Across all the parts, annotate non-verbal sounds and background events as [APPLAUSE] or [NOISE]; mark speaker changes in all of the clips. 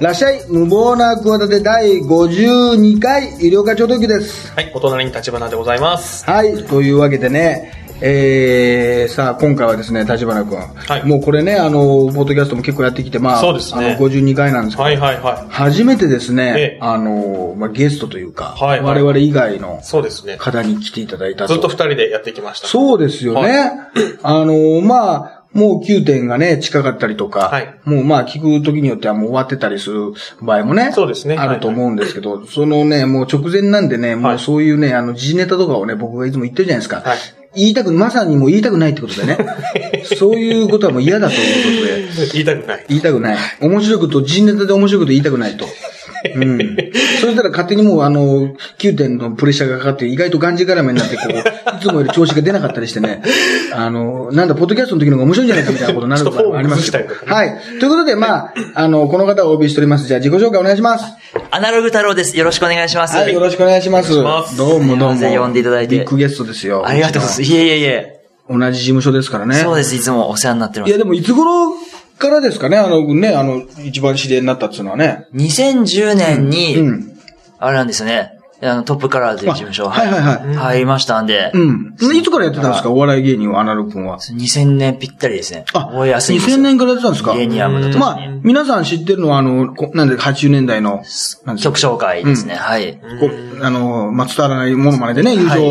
Speaker 1: らっしゃい無謀な企て第52回医療課長特急です
Speaker 2: はい、お隣に立花でございます。
Speaker 1: はいというわけでねえー、さあ今回はですね立花君、
Speaker 2: い
Speaker 1: もうこれねあのポッドキャストも結構やってきてまあ
Speaker 2: そうですね
Speaker 1: あの52回なんですけど、
Speaker 2: はいはいは
Speaker 1: 初めてですね、
Speaker 2: ええ
Speaker 1: あのまあ、ゲストというか、
Speaker 2: はいは
Speaker 1: 我
Speaker 2: い
Speaker 1: 々以外の
Speaker 2: い。そうですね。
Speaker 1: 方に来ていただいた
Speaker 2: ずっと二人でやってきました。
Speaker 1: そうですよね。
Speaker 2: は
Speaker 1: あの、まあ、もう9点がね、近かったりとか、
Speaker 2: はい
Speaker 1: もうまあ聞く時によってはもう終わってたりする場合もね、
Speaker 2: そうですね
Speaker 1: あると思うんですけど、そのね、もう直前なんでね、も
Speaker 2: は
Speaker 1: う
Speaker 2: い
Speaker 1: そういうね、あの、時事ネタとかをね、僕がいつも言ってるじゃないですか。
Speaker 2: はい
Speaker 1: 言いたく、まさにもう言いたくないってことで
Speaker 2: [LAUGHS]
Speaker 1: ね、そういうことはもう嫌だということで、
Speaker 2: 言いたくない。
Speaker 1: 言いたくない。面白いこと、時事ネタで面白いこと言いたくないと。うん。そしたら勝手にもうあの、9点のプレッシャーがかかって、意外とがんじがらめになって、こう、 [LAUGHS] いつもより調子が出なかったりしてね、あの、なんだ、ポッドキャストの時の方が面白いんじゃないかみたいなことになることもありますけ
Speaker 2: ちょっとフォーム崩した
Speaker 1: ど。はい。
Speaker 2: りと
Speaker 1: ということで、まあ、あの、この方をお呼びしております。じゃあ自己紹介お願いします。
Speaker 3: アナログ太郎です。よろしくお願いします。
Speaker 1: はい、よろしくお願いします。
Speaker 2: お願いします
Speaker 1: どうもどうも。
Speaker 3: すいません呼んでいただいて
Speaker 1: ビッグゲストですよ。
Speaker 3: ありがとうございます。いえいえいえ。
Speaker 1: 同じ事務所ですからね。
Speaker 3: そうです。いつもお世話になってま
Speaker 1: いや、
Speaker 3: す。
Speaker 1: でもいつ頃からですかね、あの、ね、あの、一番知り合いになったっていうのはね。
Speaker 3: 2010年
Speaker 1: う
Speaker 3: に、
Speaker 1: ん。
Speaker 3: あれなんですよね。あの、トップカラーという事務所
Speaker 1: あはいはいはい
Speaker 3: うん入りましたんで、
Speaker 1: うん。いつからやってたんですかお笑い芸人は、アナログ君は。
Speaker 3: 2000年ぴったりですね。覚えやすいんですよ
Speaker 1: 2000年からやってたんですか
Speaker 3: ミレニアムの時
Speaker 1: まあ、皆さん知ってるのは、あの、こなんで、80年代の、なんですか
Speaker 3: 曲紹介ですね。はい。
Speaker 1: こうあの、まあ、伝わらないものまででね、優勝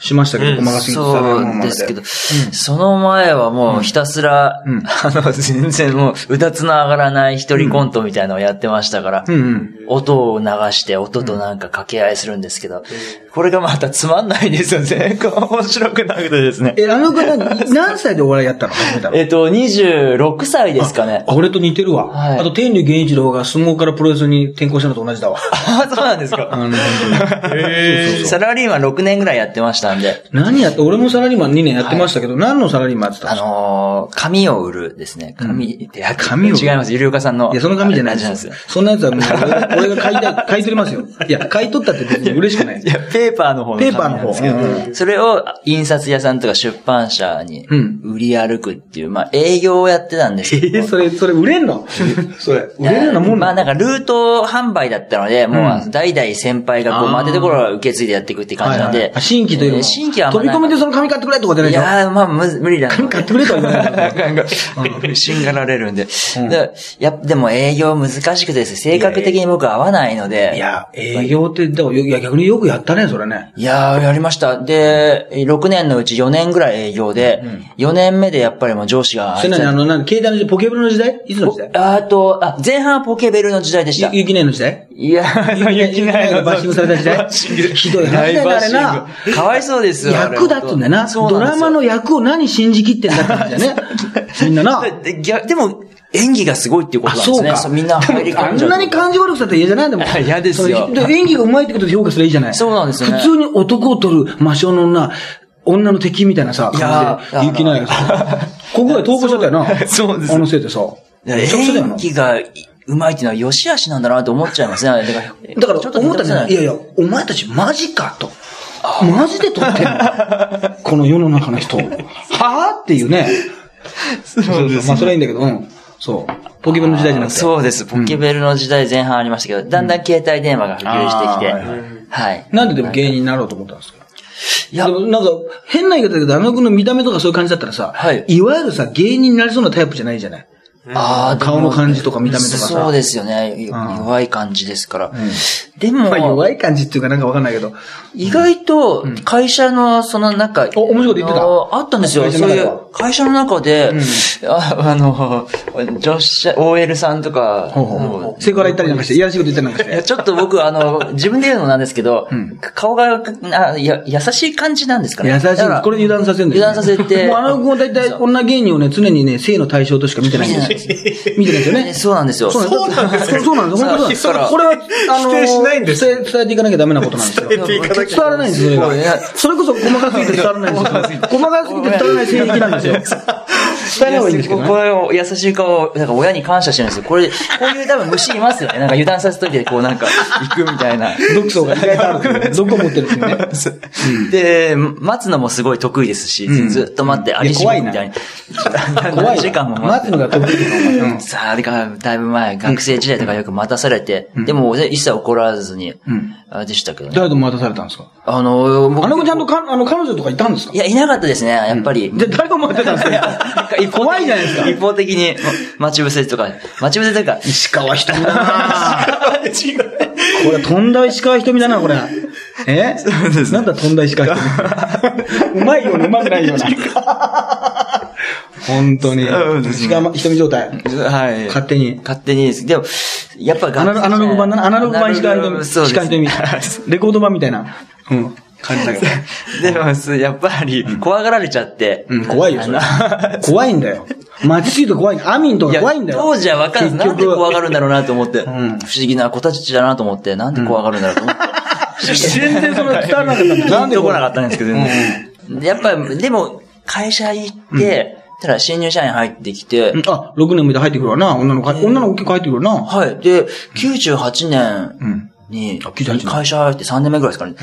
Speaker 1: しましたけど、細かすぎて伝わらないも
Speaker 3: そ
Speaker 1: の
Speaker 3: う
Speaker 1: ま
Speaker 3: で
Speaker 1: です
Speaker 3: けど、
Speaker 1: で。
Speaker 3: その前はもうひたすら、
Speaker 1: うん
Speaker 3: [LAUGHS] あの、全然もう、うたつの上がらない一人コントみたいなのをやってましたから、
Speaker 1: うんうん。
Speaker 3: 音を流して、音となんか掛け合いするんですけど、これがまたつまんないんですよね。 [LAUGHS] こう面白くなくてですね。
Speaker 1: え、あの方、何歳でお笑いやったの始めたの
Speaker 3: えっと、26歳ですかね。
Speaker 1: あ俺と似てるわ。
Speaker 3: はい
Speaker 1: あと、天竜源一郎が相撲からプロレスに転向したのと同じだわ。
Speaker 3: [LAUGHS] あ、そうなんです
Speaker 1: あ
Speaker 3: か。
Speaker 1: の、本当に
Speaker 3: サラリーマン6年ぐらいやってましたんで、
Speaker 1: 何やって、俺もサラリーマン2年やってましたけど、何のサラリーマンやってた
Speaker 3: あ
Speaker 1: の
Speaker 3: のー紙を売るですね。紙って、あ
Speaker 1: 紙を売る
Speaker 3: 違います。ゆりおかさんの。
Speaker 1: いや、その紙じゃない
Speaker 3: あれ
Speaker 1: で
Speaker 3: ですす
Speaker 1: よ
Speaker 3: よ。。
Speaker 1: そんなやつはもう俺が、俺が買いたい、買い取りますよ。 [LAUGHS] いや、買い取ったって別に嬉しくない
Speaker 3: い。や、ペーパーの方の
Speaker 1: ペ
Speaker 3: 紙
Speaker 1: ーパーの
Speaker 3: なんですけど、
Speaker 1: 方うんう
Speaker 3: それを印刷屋さんとか出版社に
Speaker 1: うん
Speaker 3: 売り歩くっていう、まあ営業をやってたんです
Speaker 1: え
Speaker 3: けど、
Speaker 1: それ、それ売れんの [LAUGHS] それ、売れるようなもん
Speaker 3: ま
Speaker 1: なの
Speaker 3: あなんかルート販売だったので、もうあの代々先輩がこう、
Speaker 1: あー
Speaker 3: まあ当てところは受け継いでやっていくって感じなん
Speaker 1: はい
Speaker 3: で
Speaker 1: はい。あ新規という
Speaker 3: え
Speaker 1: の
Speaker 3: ー新規はあん
Speaker 1: 飛
Speaker 3: ま
Speaker 1: び
Speaker 3: ない
Speaker 1: 込みでその紙買ってくれとかじゃない
Speaker 3: い
Speaker 1: でしょ [LAUGHS]
Speaker 3: やー、まあ、む無理だな。
Speaker 1: 紙買ってくれとは言わないから
Speaker 3: ない。しんがられるんで。でやっぱでも営業難しくてですね、性格的に僕合わないので。
Speaker 1: いや、営業って、でも、いや、逆によくやったね、それね。
Speaker 3: いやー、やりました。で、6年のうち4年ぐらい営業で、4年目でやっぱりもう上司が。
Speaker 1: それなに、あの、なんか携帯の時代、ポケベルの時代いつの時代
Speaker 3: あと、あ、前半はポケベルの時代でした。
Speaker 1: ゆゆきねえの時代
Speaker 3: いや、雪ないの
Speaker 1: バッシングされた時代ひどい話だよねあれな。
Speaker 3: かわいそうですよ。
Speaker 1: 役だっつうんだよな。
Speaker 3: そう
Speaker 1: ド
Speaker 3: なん
Speaker 1: ラ
Speaker 3: ですよ
Speaker 1: マの役を何信じきってんだって話だ [LAUGHS] よね。みんなな。
Speaker 3: でぎゃでも、演技がすごいっていうことなんですね。
Speaker 1: あそうか
Speaker 3: そうみんな入り
Speaker 1: あ
Speaker 3: 込んじゃ
Speaker 1: ん
Speaker 3: う
Speaker 1: なに感じ悪くさって嫌じゃないでも。
Speaker 3: いや [LAUGHS] 嫌ですよ
Speaker 1: そので演技が上手いってことで評価すればいいじゃない。
Speaker 3: そうなんですよね
Speaker 1: 普通に男を取る魔性の女、女の敵みたいなさ、
Speaker 3: いや
Speaker 1: 感じで、ゆ
Speaker 3: ー
Speaker 1: きなやさ。 [LAUGHS] ここが投稿しちゃったよな。
Speaker 3: [LAUGHS] そうそうです
Speaker 1: あのせいでさ。めちゃくちゃだよな
Speaker 3: 演技が上手いっていうのは良し悪しなんだなって思っちゃいますね。だから、
Speaker 1: だから、思ったじゃない。い
Speaker 3: い
Speaker 1: やいや、お前たちマジかと。マジで撮ってん
Speaker 3: [LAUGHS]
Speaker 1: のこの世の中の人。はぁっていうね。そうそう。まあ、それはいいんだけど、うん。そう。ポケベルの時代じゃなくて。
Speaker 3: そうです。ポケベルの時代前半ありましたけど、だんだん携帯電話が普及して
Speaker 1: あーはい
Speaker 3: きて、はい。
Speaker 1: なんででも芸人になろうと思ったんですか
Speaker 3: いや
Speaker 1: でもなんか、変な言い方だけど、あの君の見た目とかそういう感じだったらさ、
Speaker 3: はい
Speaker 1: わゆるさ、芸人になりそうなタイプじゃないじゃない。
Speaker 3: あーでも
Speaker 1: 顔の感じとか見た目とかさ
Speaker 3: そうですよね。よ
Speaker 1: うん
Speaker 3: 弱い感じですから。でも、
Speaker 1: まあ、弱い感じっていうかなんかわかんないけど。
Speaker 3: 意外と、会社の、その中、
Speaker 1: お面白いこと言ってた
Speaker 3: あのあったんですよ。
Speaker 1: 会社
Speaker 3: そ
Speaker 1: の
Speaker 3: う
Speaker 1: 中
Speaker 3: い
Speaker 1: では
Speaker 3: う、会社の中で、ああの、女子、OL さんとか、もう
Speaker 1: セクハラ行ったりなんかして、いやらしいこと言ったりなんかし
Speaker 3: いや
Speaker 1: て。
Speaker 3: ちょっと僕、あの、自分で言うのもなんですけど、顔があや、優しい感じなんですかね。
Speaker 1: 優し
Speaker 3: だから
Speaker 1: い。これ油断させるんですよ、
Speaker 3: 油断させ
Speaker 1: [LAUGHS]
Speaker 3: て
Speaker 1: もうあの君は大体女芸人をね、常にね、性の対象としか見てないんですよ。見てないですよね。
Speaker 3: [LAUGHS] そうなんですよ。
Speaker 1: そうなんですよ。そうなんですよ。本当にそうなんですよ。これは、あの、
Speaker 2: 否定しないんです
Speaker 1: 伝え伝えていかなきゃダメなことなんですよ。
Speaker 2: 伝えていかなきゃ
Speaker 1: 伝わらないんですよ、それが。それこそ細かすぎて伝わらないんですよ。細かすぎて伝わらない性癖なんですよ。伝えればいいんですけどね
Speaker 3: これを優しい顔、なんか親に感謝してるんですよ。これ、こういう多分虫いますよね。なんか油断させといて、こ
Speaker 1: [LAUGHS]
Speaker 3: うなんか、行くみたいな。
Speaker 1: 毒素が意外とあるっていうね。毒を持ってるっていうね。
Speaker 3: で、待つのもすごい得意ですし、
Speaker 1: うん
Speaker 3: ずっと待って、
Speaker 1: ん
Speaker 3: ありしみたいに。
Speaker 1: 怖
Speaker 3: [LAUGHS] [LAUGHS] 何時
Speaker 1: い
Speaker 3: 間
Speaker 1: わ。
Speaker 3: も待って
Speaker 1: 待つのが得意だなお前うん
Speaker 3: さあ、あれか、だいぶ前、学生時代とかよく待たされて、でも一切怒らずに、
Speaker 1: ん
Speaker 3: あれでしたけどね。
Speaker 1: 誰と待たされたんですか
Speaker 3: あの、僕
Speaker 1: あの子ちゃんとか、あの、彼女とかいたんですか
Speaker 3: いや、いなかったですね、やっぱり。
Speaker 1: で、誰と待ってたんです
Speaker 3: なんか
Speaker 1: か
Speaker 3: 一方的に
Speaker 1: 怖いじゃないですか。
Speaker 3: 一方的に、ま待ち伏せとか、待ち伏せというか、
Speaker 1: 石川瞳だなこれ、飛んだ石川瞳だな、これ。えなんだ、飛んだ石川
Speaker 3: [LAUGHS]
Speaker 1: 瞳。うまいような、うまくないような。本当に
Speaker 3: そう。ですね
Speaker 1: 石川瞳状態。
Speaker 3: はい。
Speaker 1: 勝手に。
Speaker 3: 勝手にです。でも、やっぱ
Speaker 1: アナロアナログ版だな。アナログ版石川
Speaker 3: アナログ
Speaker 1: 瞳。
Speaker 3: そう
Speaker 1: 石川
Speaker 3: で
Speaker 1: 瞳
Speaker 3: す。。
Speaker 1: レコード版みたいな。うん。感じだけど。
Speaker 3: [LAUGHS] でもす、やっぱり、怖がられちゃって。
Speaker 1: うん、怖いよ、それ
Speaker 3: あの
Speaker 1: [LAUGHS] 怖いんだよ。マジついて怖い。アミンと
Speaker 3: い
Speaker 1: か
Speaker 3: や
Speaker 1: 怖いんだよ。
Speaker 3: 当時は分かんない。なんで怖がるんだろうなと思って。
Speaker 1: ん
Speaker 3: 不思議な子たちだなと思って、なんで怖がるんだろうと思って。
Speaker 1: 全然その伝わらなかったんだよ。
Speaker 3: なんで来なかったんですけど、ねやっぱり、でも、会社行って、ただ新入社員入ってきて、
Speaker 1: うんあ、6年目で入ってくるわな。女の子、女の子結構入ってくるわな。
Speaker 3: はい。で、98
Speaker 1: う
Speaker 3: 年
Speaker 1: ん。
Speaker 3: に、
Speaker 1: あ98年
Speaker 3: 会社入って3年目ぐらいですかね。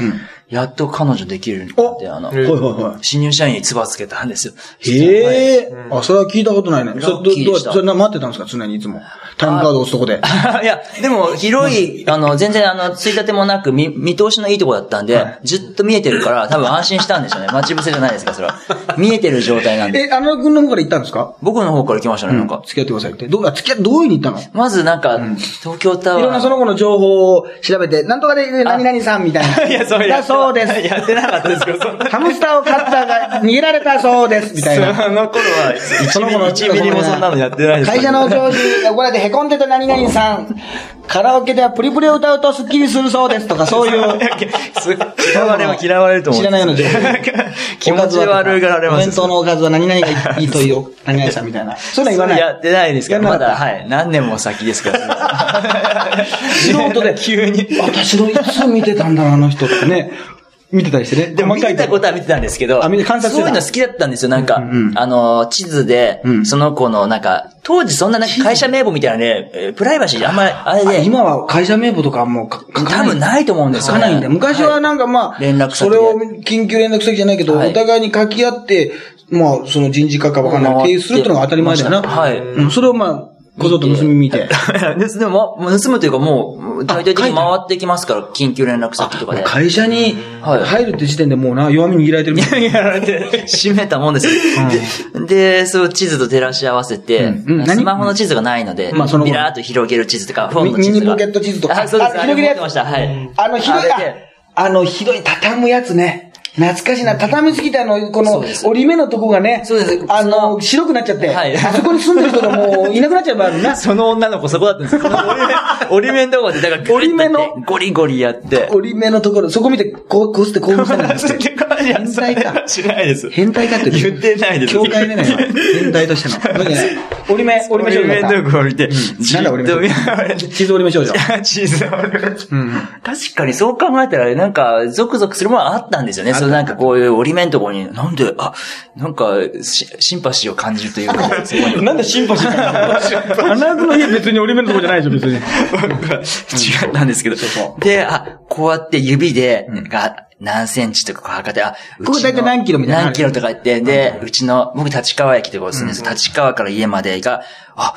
Speaker 3: やっと彼女できるようになって、あの、
Speaker 1: はいはいはい。
Speaker 3: 新入社員に唾つけたんですよ。え。
Speaker 1: へえ、あ、それは聞いたことないね。それ
Speaker 3: ラ
Speaker 1: ど
Speaker 3: ッ
Speaker 1: ど
Speaker 3: キー
Speaker 1: う
Speaker 3: で
Speaker 1: やっ
Speaker 3: してた
Speaker 1: それな待ってたんですか常にいつも。タイムカード押すとこで。
Speaker 3: い [LAUGHS] や、でも、広い、あの、全然、あの、ついたてもなく、見、見通しのいいとこだったんで、ずっと見えてるから、多分安心したんで
Speaker 1: [LAUGHS]
Speaker 3: しょうね。待ち伏せじゃないですか、それは。見えてる状態なんで。
Speaker 1: え、あの君の方から行ったんですか
Speaker 3: 僕の方から来ましたね、なんか。
Speaker 1: 付き合ってくださいって。どう、あ付き合って、どういうふうに行ったの
Speaker 3: まずなんか、東京タワー。
Speaker 1: いろん
Speaker 3: [LAUGHS]
Speaker 1: なその子の情報を調べて、なんとかで何々さんみたいな。
Speaker 3: [LAUGHS] いや、そうや
Speaker 1: だ
Speaker 3: って
Speaker 1: そうです。
Speaker 3: やってなかったですけど、そんな。
Speaker 1: ハムスターを飼ったが逃げられたそうです、みたいな。
Speaker 3: [LAUGHS] その頃は、
Speaker 1: その頃
Speaker 3: 1ミリもそんなのやってないです。
Speaker 1: 会社の上司が怒られてへこんでた何々さん、カラオケではプリプリを歌うとスッキリするそうですとか、そういう。
Speaker 3: す嫌われも嫌われると思う。
Speaker 1: 知らないような情報
Speaker 3: [LAUGHS] 気持ち悪がられます。
Speaker 1: お弁当のおかずは何々がいいというよ、何々さんみたいな。そういうの言わない。
Speaker 3: やってないですけど、
Speaker 1: や
Speaker 3: ま
Speaker 1: んなか
Speaker 3: だ、
Speaker 1: った
Speaker 3: はい。何年も先で
Speaker 1: [LAUGHS]
Speaker 3: すから。
Speaker 1: 素人で
Speaker 3: [LAUGHS] 急に。
Speaker 1: 私のいつ見てたんだろう、あの人とかね。見てたりしてね。
Speaker 3: でも見てたこと
Speaker 1: は。
Speaker 3: は見てたんですけど、
Speaker 1: あ見て観察して
Speaker 3: そう
Speaker 1: た
Speaker 3: いうの好きだったんですよ。なんか、
Speaker 1: んうん
Speaker 3: あの、地図で、
Speaker 1: うん
Speaker 3: その子の、なんか、当時そんななんか会社名簿みたいなね、えープライバシーあんまり、あれ
Speaker 1: あ
Speaker 3: で、
Speaker 1: 今は会社名簿とかもう書か
Speaker 3: 多分ないと思うんです
Speaker 1: 書
Speaker 3: よ
Speaker 1: か
Speaker 3: ね。
Speaker 1: ないんだよ。昔はなんかまあ、
Speaker 3: 連絡先で
Speaker 1: それを緊急連絡先じゃないけど、
Speaker 3: はい
Speaker 1: お互いに書き合って、まあ、その人事課かわかんない。
Speaker 3: 回っ
Speaker 1: 経
Speaker 3: て
Speaker 1: 由するってのが当たり前だよな。
Speaker 3: はい
Speaker 1: うん、それをまあ、こそっと盗み見て。
Speaker 3: 盗 [LAUGHS] でも、もう盗むというかもう、大体的に回ってきますから、緊急連絡先とかで。
Speaker 1: 会社に
Speaker 3: はい
Speaker 1: 入るって時点でもうな、弱み握られてるみ [LAUGHS] たい
Speaker 3: やられて、閉めたもんですよ。で、そう、地図と照らし合わせて、
Speaker 1: うんうん何
Speaker 3: スマホの地図がないので、
Speaker 1: まあその
Speaker 3: ビラーっと広げる地図とか、本の地図
Speaker 1: ミミ
Speaker 3: が。
Speaker 1: ニポケット地図とか
Speaker 3: あ、そうで
Speaker 1: あ
Speaker 3: す。あれ
Speaker 1: 広げるやつ
Speaker 3: 持ってました。はい。
Speaker 1: あの、ひどい、
Speaker 3: あ
Speaker 1: あ
Speaker 3: れで
Speaker 1: あの、ひどい、畳むやつね。懐かしいな。畳みすぎて、あの、この
Speaker 3: そうで、す
Speaker 1: 折り目のとこがね
Speaker 3: そうです、
Speaker 1: あの、白くなっちゃって、
Speaker 3: はい
Speaker 1: あそこに住んでる人がもういなくなっちゃえばある
Speaker 3: [LAUGHS]
Speaker 1: な。
Speaker 3: その女の子そこだったんですよ。この折り目、 [LAUGHS] 折り目のとこで、だから、
Speaker 1: 折り目の、
Speaker 3: ゴリゴリやって。
Speaker 1: 折り目のところ、そこ見て、こう、こうして興奮したんだって。
Speaker 3: [LAUGHS] 変
Speaker 1: 変態か
Speaker 3: しないです。
Speaker 1: 変態かって
Speaker 3: 言ってないです
Speaker 1: 境界目
Speaker 3: [LAUGHS]
Speaker 1: ないわ。変態としての。どうじゃない折り目、折り目
Speaker 3: 折
Speaker 1: 少
Speaker 3: り目
Speaker 1: 女だ
Speaker 3: の
Speaker 1: っ
Speaker 3: とこ降りて、
Speaker 1: た。なんだ折り目
Speaker 3: [LAUGHS] じ
Speaker 1: 少女。地
Speaker 3: っと見られて
Speaker 1: 図折り目
Speaker 3: [LAUGHS]
Speaker 1: 少女。
Speaker 3: チーズ
Speaker 1: うん。
Speaker 3: 確かにそう考えたら、なんか、ゾクゾクするものはあったんですよね。そのなんかこういう折り目のところに、なんで、あ、なんかし、シンパシーを感じるというか、そこに。
Speaker 1: なんでシンパシー [LAUGHS] か。アナグの家別に折り目のとこじゃないでしょ、別に。
Speaker 3: 違ったんですけど。で、あ、こうやって指で、が、何センチとかこう測って、あ、うち
Speaker 1: こ
Speaker 3: の
Speaker 1: こ大体何キロみたいな
Speaker 3: 何キロとか言って、で、うちの、僕立川駅ってことですね。立川から家までが、あ、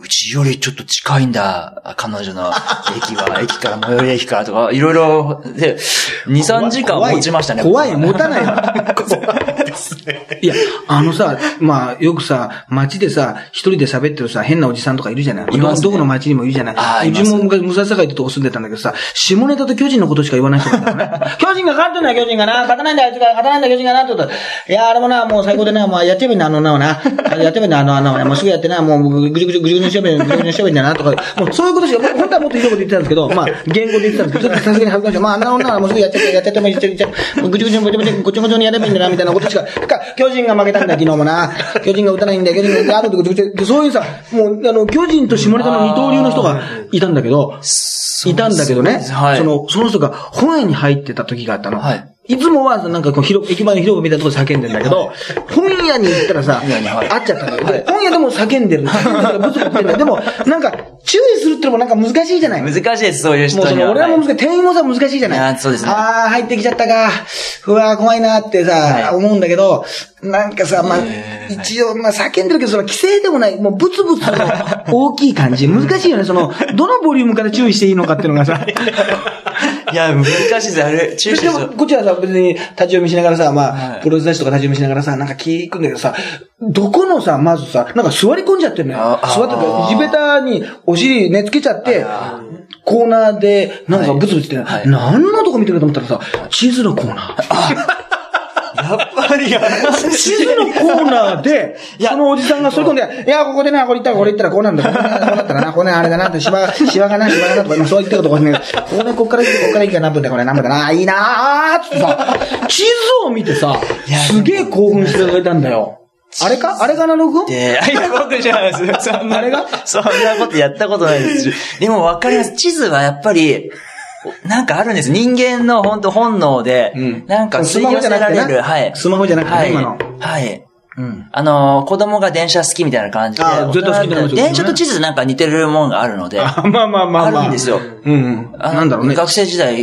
Speaker 3: うちよりちょっと近いんだ、あ彼女の
Speaker 1: [LAUGHS]
Speaker 3: 駅は、駅から、最寄り駅からとか、いろいろ、で、2、3時間持ちましたね。
Speaker 1: 怖い、持たないわ。いや、あのさ、まあ、よくさ、街でさ、一人で喋ってるさ、変なおじさんとかいるじゃない
Speaker 3: いますね
Speaker 1: どこの街にもいるじゃ
Speaker 3: あ
Speaker 1: な
Speaker 3: ー
Speaker 1: い
Speaker 3: いうます
Speaker 1: ちも昔、武蔵境ってとこ住んでたんだけどさ、下ネタと巨人のことしか言わない人だったのね。巨人が勝ってんだよ、巨人がな。勝たないんだよ、あいつが。勝たないんだよ、巨人がな。ってこと。いや、あれもな、もう最高でな、まあ、やっちゃえばいいんだ、あのな、な。あれやっちゃえばいいんだ、あの、あの、もうすぐやってな、もう、ぐじゅぐじゅぐじゅぐじゅにしちゃえばいいんだ、ぐじゅぐじゅにしちゃえばいいんだな、とか。もう、そういうことしか、僕本当はもっといいこと言ってたんですけど、まあ、言語で言ってたんですけど、ちょっとさすがに恥ずかしい。まあ、あんな女はもうすぐやっちゃって、やっちゃってもいいし、やっちゃってもぐちゅぐちゅ、ぐちゅぐちゅ、ごちょごちょにやればいいんだな、みたいなことしか。か、巨人が負けたんだよ、昨日もな。巨人が打たないんだよ、巨人が打たないんだよ、あとでぐちゅぐちゅ。そういうさ、もう、あの、巨人と下ネタの二刀流の人がいたんだけど、いたんだけどね、
Speaker 3: はい
Speaker 1: その、その人が本屋に入ってた時があったの。
Speaker 3: はい
Speaker 1: いつもは、なんかこう、広、駅前の広場みたいなところで叫んでんだけど、本屋に行ったらさ、
Speaker 3: 本屋にはい
Speaker 1: 会っちゃったのよ。で本屋でも叫んでる。叫んでるブツブツ言ってるでも、なんか、注意するってのもなんか難しいじゃない
Speaker 3: [LAUGHS] 難しいです、そういう人
Speaker 1: もうそ
Speaker 3: には。
Speaker 1: の、俺らも
Speaker 3: はい
Speaker 1: 難しい、店員もさ、難しいじゃない
Speaker 3: いやーそうですね
Speaker 1: あー、入ってきちゃったか。うわー、怖いなってさ、
Speaker 3: はい
Speaker 1: 思うんだけど、なんかさ、まあ
Speaker 3: え、ー
Speaker 1: 一応、まあ、叫んでるけど、その、規制でもない、もう、ブツブツ
Speaker 3: [LAUGHS]
Speaker 1: の大きい感じ。難しいよね、その、どのボリュームから注意していいのかっていうのがさ。
Speaker 3: いや、難しいです、あれ、注意して
Speaker 1: で
Speaker 3: る
Speaker 1: も、こっちはさ、別に、立ち読みしながらさ、ま
Speaker 3: は
Speaker 1: あ、
Speaker 3: い
Speaker 1: プロレス雑誌とか立ち読みしながらさ、なんか聞くんだけどさ、どこのさ、まずさ、なんか座り込んじゃってんのよ。
Speaker 3: ああ
Speaker 1: 座って
Speaker 3: あ
Speaker 1: か、
Speaker 3: あ
Speaker 1: 地べたにお尻寝つけちゃって、コーナーで、なんかブツブツ言って
Speaker 3: は
Speaker 1: ないい、何のとこ見てると思ったらさ、地図のコーナー。
Speaker 3: やっぱりやば
Speaker 1: [LAUGHS]
Speaker 3: い
Speaker 1: 地図のコーナーで、そのおじさんがそれ込んで、いや、ここでな、これ行ったらこれ行ったらこうなんだ、こうなったらな、こうね、あれだな、って、芝、芝がな、芝がな、とか、今そう言ったことこうね、ここでこっから行って、こっから行って、何分だ、これ何分だな、いいなーっつってさ、地図を見てさ、すげえ興奮してくれたんだよ。あれかあれがアナログ
Speaker 3: で、あ、いや、僕じゃないです。そんな、
Speaker 1: あれが
Speaker 3: そんなことやったことないです。でもわかります。地図はやっぱり、なんかあるんです。人間の本当本能で、なんか吸い寄せられる。はい。
Speaker 1: スマホじゃなくて
Speaker 3: は
Speaker 1: ね、
Speaker 3: い。
Speaker 1: 今の。
Speaker 3: はい。
Speaker 1: うん。
Speaker 3: あのー、子供が電車好きみたいな感じで。
Speaker 1: あー絶対好きになりますよ
Speaker 3: 電車と地図なんか似てるもんがあるので。あ
Speaker 1: あ、 [LAUGHS] まあまあまあまあ。
Speaker 3: るんですよ。
Speaker 1: うん。
Speaker 3: あの
Speaker 1: なんだろうね。
Speaker 3: 学生時代、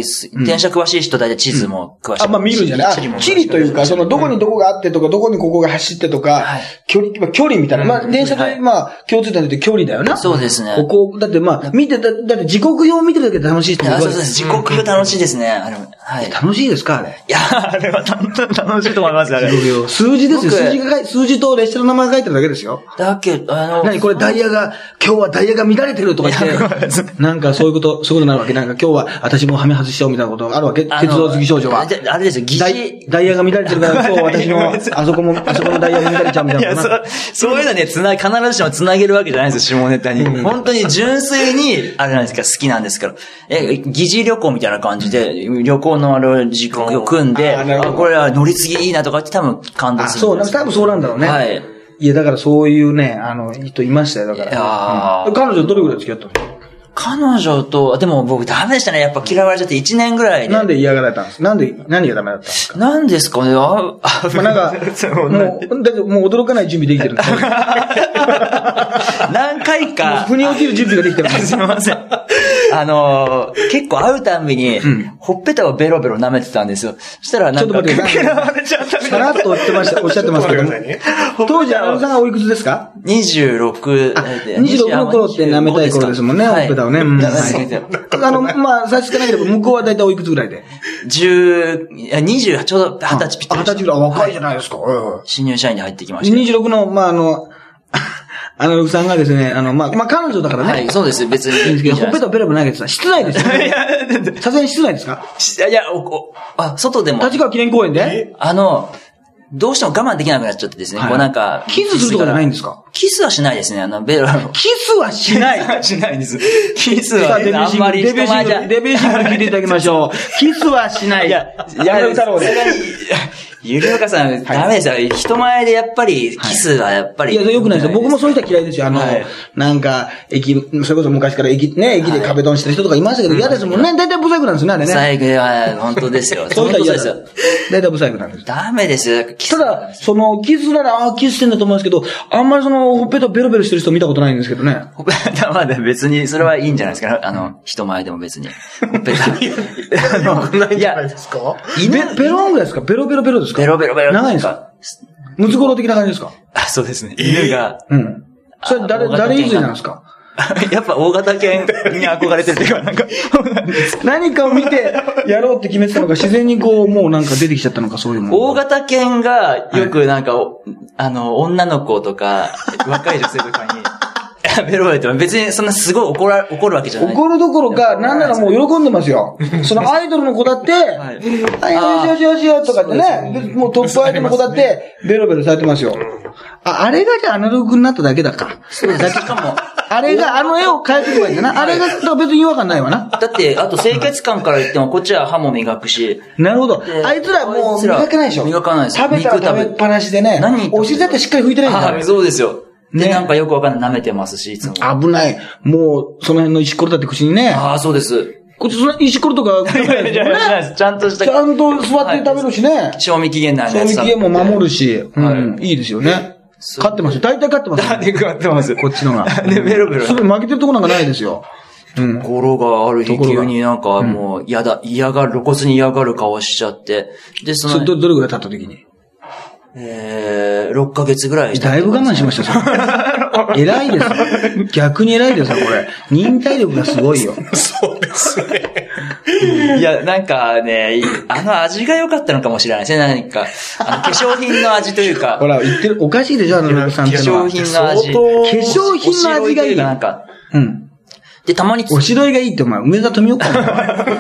Speaker 3: 電車詳しい人大体地図も詳しい。
Speaker 1: あ、まあ見るじゃない。あ地理というか、そのどこにどこがあってとか、どこにここが走ってとか
Speaker 3: はい、
Speaker 1: 距離、まあ距離みたいな。まあ電車
Speaker 3: は
Speaker 1: で
Speaker 3: い
Speaker 1: まあ共通点で距離だよな。
Speaker 3: そうですね
Speaker 1: ここ、だってまあ見てた、だって時刻表を見てるだけで楽しいって
Speaker 3: い
Speaker 1: こと
Speaker 3: やそうです。時刻表楽しいですね。あれはい。
Speaker 1: 楽しいですかあれ。
Speaker 3: いや、あれは楽楽しいと思います、あれ。
Speaker 1: 数字ですよ。
Speaker 3: 僕
Speaker 1: 数字が書い、数字と列車の名前が書いてるだけですよ。
Speaker 3: だけ [LAUGHS] ど、あの、
Speaker 1: 何これダイヤが、今日はダイヤが乱れてるとか
Speaker 3: いや
Speaker 1: 言って、なんかそういうこと、そういうことになるわけ。なんか今日は私もはめ外しちゃおうみたいなことあるわけ。
Speaker 3: あの
Speaker 1: 鉄道好き少女は。
Speaker 3: であれですよ、疑
Speaker 1: ダ
Speaker 3: 似
Speaker 1: イ。ダイヤが乱れてる
Speaker 3: [LAUGHS]
Speaker 1: から今日私の、あそこも、あそこのダイヤが乱れちゃうみたい
Speaker 3: い
Speaker 1: な
Speaker 3: や、
Speaker 1: こと
Speaker 3: そ
Speaker 1: なる。
Speaker 3: う、そういうのね、つな、必ずしもつなげるわけじゃないんですよ、下ネタに。本当に純粋に、あれなんですか、好きなんですけど。え、疑似旅行みたいな感じで、旅行のあれ、時刻を組んで、
Speaker 1: あーなるほ
Speaker 3: あ
Speaker 1: ど
Speaker 3: これは乗り継ぎいいなとかって多分感動
Speaker 1: あ、
Speaker 3: する。
Speaker 1: そう、なんか多分そうなんだろうね。
Speaker 3: はい。
Speaker 1: いや、だからそういうね、あの、人いましたよ、だから。
Speaker 3: いやー
Speaker 1: うん彼女どれぐらい付き合ったの
Speaker 3: 彼女と、あでも僕ダメでしたね。やっぱ嫌われちゃって1年ぐらいで。
Speaker 1: なんで嫌がられたんですなんで、何がダメだったんですか
Speaker 3: なんですかねあ、あ [LAUGHS]
Speaker 1: まあ、なんか、もう、だってもう驚かない準備できてるんですよ。も
Speaker 3: 何回
Speaker 1: う
Speaker 3: か。
Speaker 1: 腑に落ちる準備ができてるんです
Speaker 3: す
Speaker 1: よ。
Speaker 3: みません。 [LAUGHS] あのー結構会うたんびに、ほっぺたをベロベロ舐めてたんですよ。そしたらなんか、
Speaker 1: ちょっと待って
Speaker 3: 嫌われちゃったみ
Speaker 1: さ
Speaker 3: たい
Speaker 1: らっ
Speaker 3: な。
Speaker 1: とおっしゃってました、おっしゃってますけども
Speaker 2: ちょっと待ってく
Speaker 1: 当時、あのさんはおいくつですか
Speaker 3: [LAUGHS] 26
Speaker 1: あ、26の頃って舐めたい頃ですもんね、おっぺたをね。うん
Speaker 3: はい
Speaker 1: はいあの、まあ、差し支えなければ、向こうは大体おいくつぐらいで
Speaker 3: 10いや、20、ちょうど20歳ぴった
Speaker 1: あ、
Speaker 3: り
Speaker 1: 二
Speaker 3: で
Speaker 1: 十歳
Speaker 3: し
Speaker 1: ぐ
Speaker 3: た。
Speaker 1: らい。若いじゃないですか。はいはい
Speaker 3: 新入社員に入ってきました。
Speaker 1: 26の、まあ、あの、 [LAUGHS] アナログさんがですね、あの、まあ、まあ、彼女だからね。。
Speaker 3: はいい、そうです、別に。いいんじゃ
Speaker 1: ほ
Speaker 3: な
Speaker 1: っ
Speaker 3: いで
Speaker 1: ぺ
Speaker 3: す
Speaker 1: たをペラペラ投げてた。室内ですよね。さすがに室内ですか
Speaker 3: かいや、いやおおあ、外でも。
Speaker 1: 立川記念公園で
Speaker 3: あの、どうしても我慢できなくなっちゃってですね、
Speaker 1: はい
Speaker 3: こうなんか。
Speaker 1: キスするとかじゃないんですすか
Speaker 3: キスはしないですね、あの、ベロの。
Speaker 1: キスは [LAUGHS] しない
Speaker 3: い。しないんです。キス
Speaker 1: さ
Speaker 3: は
Speaker 1: あ、デビュー
Speaker 3: あ
Speaker 1: シ
Speaker 3: ん
Speaker 1: ング
Speaker 3: ま
Speaker 1: ル、
Speaker 3: り
Speaker 1: デビュ
Speaker 3: 人
Speaker 1: ーシン
Speaker 3: 前
Speaker 1: グ
Speaker 3: じゃ
Speaker 1: ル、デビューシングル聞いていただきましょ
Speaker 3: [LAUGHS]
Speaker 1: う。キスはしない。
Speaker 3: いや、
Speaker 1: やめ太郎
Speaker 3: さす
Speaker 1: で。
Speaker 3: がにゆりおかさん、ダメですよ。人前でやっぱり、キスはやっぱり。
Speaker 1: いや、よくないですよ。僕もそういう人は嫌いですよ。あの
Speaker 3: はい、
Speaker 1: なんか、駅、それこそ昔から駅、ね、駅で壁ドンしてる人とかいましたけど、嫌ですもんね。大体ブサイクなんですよね、あれね。
Speaker 3: 最後は、本当ですよ。
Speaker 1: [LAUGHS] そう
Speaker 3: 本
Speaker 1: いう人
Speaker 3: 当で
Speaker 1: は
Speaker 3: す
Speaker 1: 嫌
Speaker 3: よ
Speaker 1: だ。。大体ブサイクなんです。
Speaker 3: ダメですよ。キ
Speaker 1: た
Speaker 3: ス
Speaker 1: だ、その、キスなら、ああ、キスしてんだと思うんですけど、あんまりその、ほっぺたベロベロしてる人見たことないんですけどね。
Speaker 3: ほっぺたまで別に、それはいいんじゃないですか。あの、人前でも別に。ほっぺた。あの
Speaker 2: ないん
Speaker 3: い
Speaker 2: じゃな
Speaker 3: や
Speaker 2: い、ですか
Speaker 1: ベベロンぐらいですかベロベロベロですか
Speaker 3: ベロベロベロ。
Speaker 1: 長いんですかムツゴロウ的な感じですか
Speaker 3: あ、そうですね。犬が。 [LAUGHS]
Speaker 1: うん。それ誰、
Speaker 3: あ大型
Speaker 1: 誰
Speaker 3: 犬
Speaker 1: 譲りなんですか
Speaker 3: やっぱ大型犬に憧れてるっていうか、なんか、
Speaker 1: 何かを見てやろうって決めてたのか、自然にこう、もうなんか出てきちゃったのか、そういうもの。
Speaker 3: 大型犬がよくなんか、おあの、女の子とか、若い女性とかに、ベロベロって、別にそんなすごい怒ら、怒るわけじゃない。
Speaker 1: 怒るどころか、なんならもう喜んでますよ。そのアイドルの子だって、はいい、よしよしよしよしとかってね、でもうトップアイドルの子だって、ベロベロされてますよ。あ、あれがじゃあアナログになっただけだか。
Speaker 3: そうです。だけかも。
Speaker 1: あれが、あの絵を変えてればいいんだな。あれが、だから別に違和感ないわな。
Speaker 3: だって、あと清潔感から言っても、こっちは歯も磨くし、
Speaker 1: なるほど。あいつらもう磨かないでしょ。
Speaker 3: 磨かないです
Speaker 1: 食べたら
Speaker 3: 肉
Speaker 1: 食
Speaker 3: 食べ
Speaker 1: べっぱなしでね。
Speaker 3: 何言ってんの
Speaker 1: お尻だってしっかり拭いてないんだ
Speaker 3: あ
Speaker 1: よ。
Speaker 3: そうですよ。で、
Speaker 1: ね
Speaker 3: なんかよくわかんない舐めてますし、いつも。
Speaker 1: 危ない。もう、その辺の石ころだって口にね。
Speaker 3: ああ、そうです。
Speaker 1: こっち、それ、石ころとか、
Speaker 3: [LAUGHS]
Speaker 1: ち
Speaker 3: ちゃんとした、
Speaker 1: ゃんと座って食べるしね。
Speaker 3: 賞味期限内の
Speaker 1: 賞
Speaker 3: や
Speaker 1: 味
Speaker 3: つ
Speaker 1: 期限も守るし、うん
Speaker 3: はい
Speaker 1: いいですよね。
Speaker 3: そう
Speaker 1: 勝ってますよ。大体勝ってます
Speaker 3: [LAUGHS]
Speaker 1: よ。
Speaker 3: 食べて食ってます。
Speaker 1: こっちのが。
Speaker 3: ねベロベロ
Speaker 1: すぐ負けてるとこなんかないですよ。うん
Speaker 3: と。ころがある日
Speaker 1: ところが
Speaker 3: 急になんかもう嫌だ、嫌がる、露骨に嫌がる顔しちゃって。で、そ
Speaker 1: それ
Speaker 3: の、
Speaker 1: ど、どれぐらい経った時に。
Speaker 3: えー、6ヶ月ぐらいした
Speaker 1: だいぶ我慢しました、それ。偉いですよ。逆に偉いですよ、これ。忍耐力がすごいよ。
Speaker 2: そうですね。
Speaker 3: [LAUGHS] いや、なんかね、あの味が良かったのかもしれないですね。何か、あの化粧品の味というか
Speaker 1: ほ、 [LAUGHS] ら、言ってる、おかしいでしょ、あの、ルルさんっ
Speaker 3: 化
Speaker 1: てのは。
Speaker 3: 粧品の味。
Speaker 2: 相当
Speaker 1: 化粧品の味がいい
Speaker 3: お白とうかなんか。
Speaker 1: うん。
Speaker 3: で、たまに、
Speaker 1: おしろいがいいって、お前、梅沢富美男か、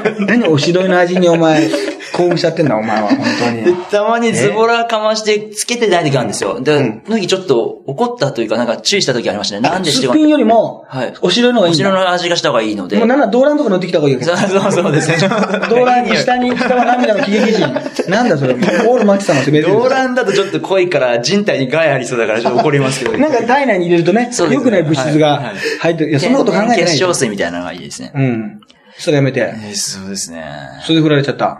Speaker 3: [LAUGHS]
Speaker 1: お前何おしろいの味にお前、興奮しちゃってんだ、お前は、本当
Speaker 3: で
Speaker 1: に。
Speaker 3: たまにズボラかまして、つけてない時あるんですよ。
Speaker 2: う
Speaker 3: で
Speaker 2: ん、
Speaker 3: のぎちょっと怒ったというか、なんか注意した時ありましたね。なんですして
Speaker 1: っ
Speaker 3: こ
Speaker 1: ぴ
Speaker 3: ない
Speaker 1: んよりも
Speaker 3: はい、
Speaker 1: おしろいの方がい
Speaker 3: お
Speaker 1: いんだ
Speaker 3: 白の味がした方がいいので。
Speaker 1: もうなんなら動乱とか乗ってきた方がいいよ。
Speaker 3: そうそうそうですね。
Speaker 1: [LAUGHS] 動乱
Speaker 3: [LAUGHS]
Speaker 1: に下に、下は涙の喜劇人。なんだそれ、オールマキさんの滑り
Speaker 3: 動乱だとちょっと濃いから人体に害ありそうだからちょっと怒りますけど。
Speaker 1: なんか体内に入れるとね
Speaker 3: そう、ですね
Speaker 1: 良くない物質が入ってる。いや、そんなこと考えてな
Speaker 3: 結
Speaker 1: い
Speaker 3: 晶
Speaker 1: よ。
Speaker 3: 水みたいなのがいいですね。
Speaker 1: うん。それやめて。
Speaker 3: えーそうですね。
Speaker 1: それで振られちゃった。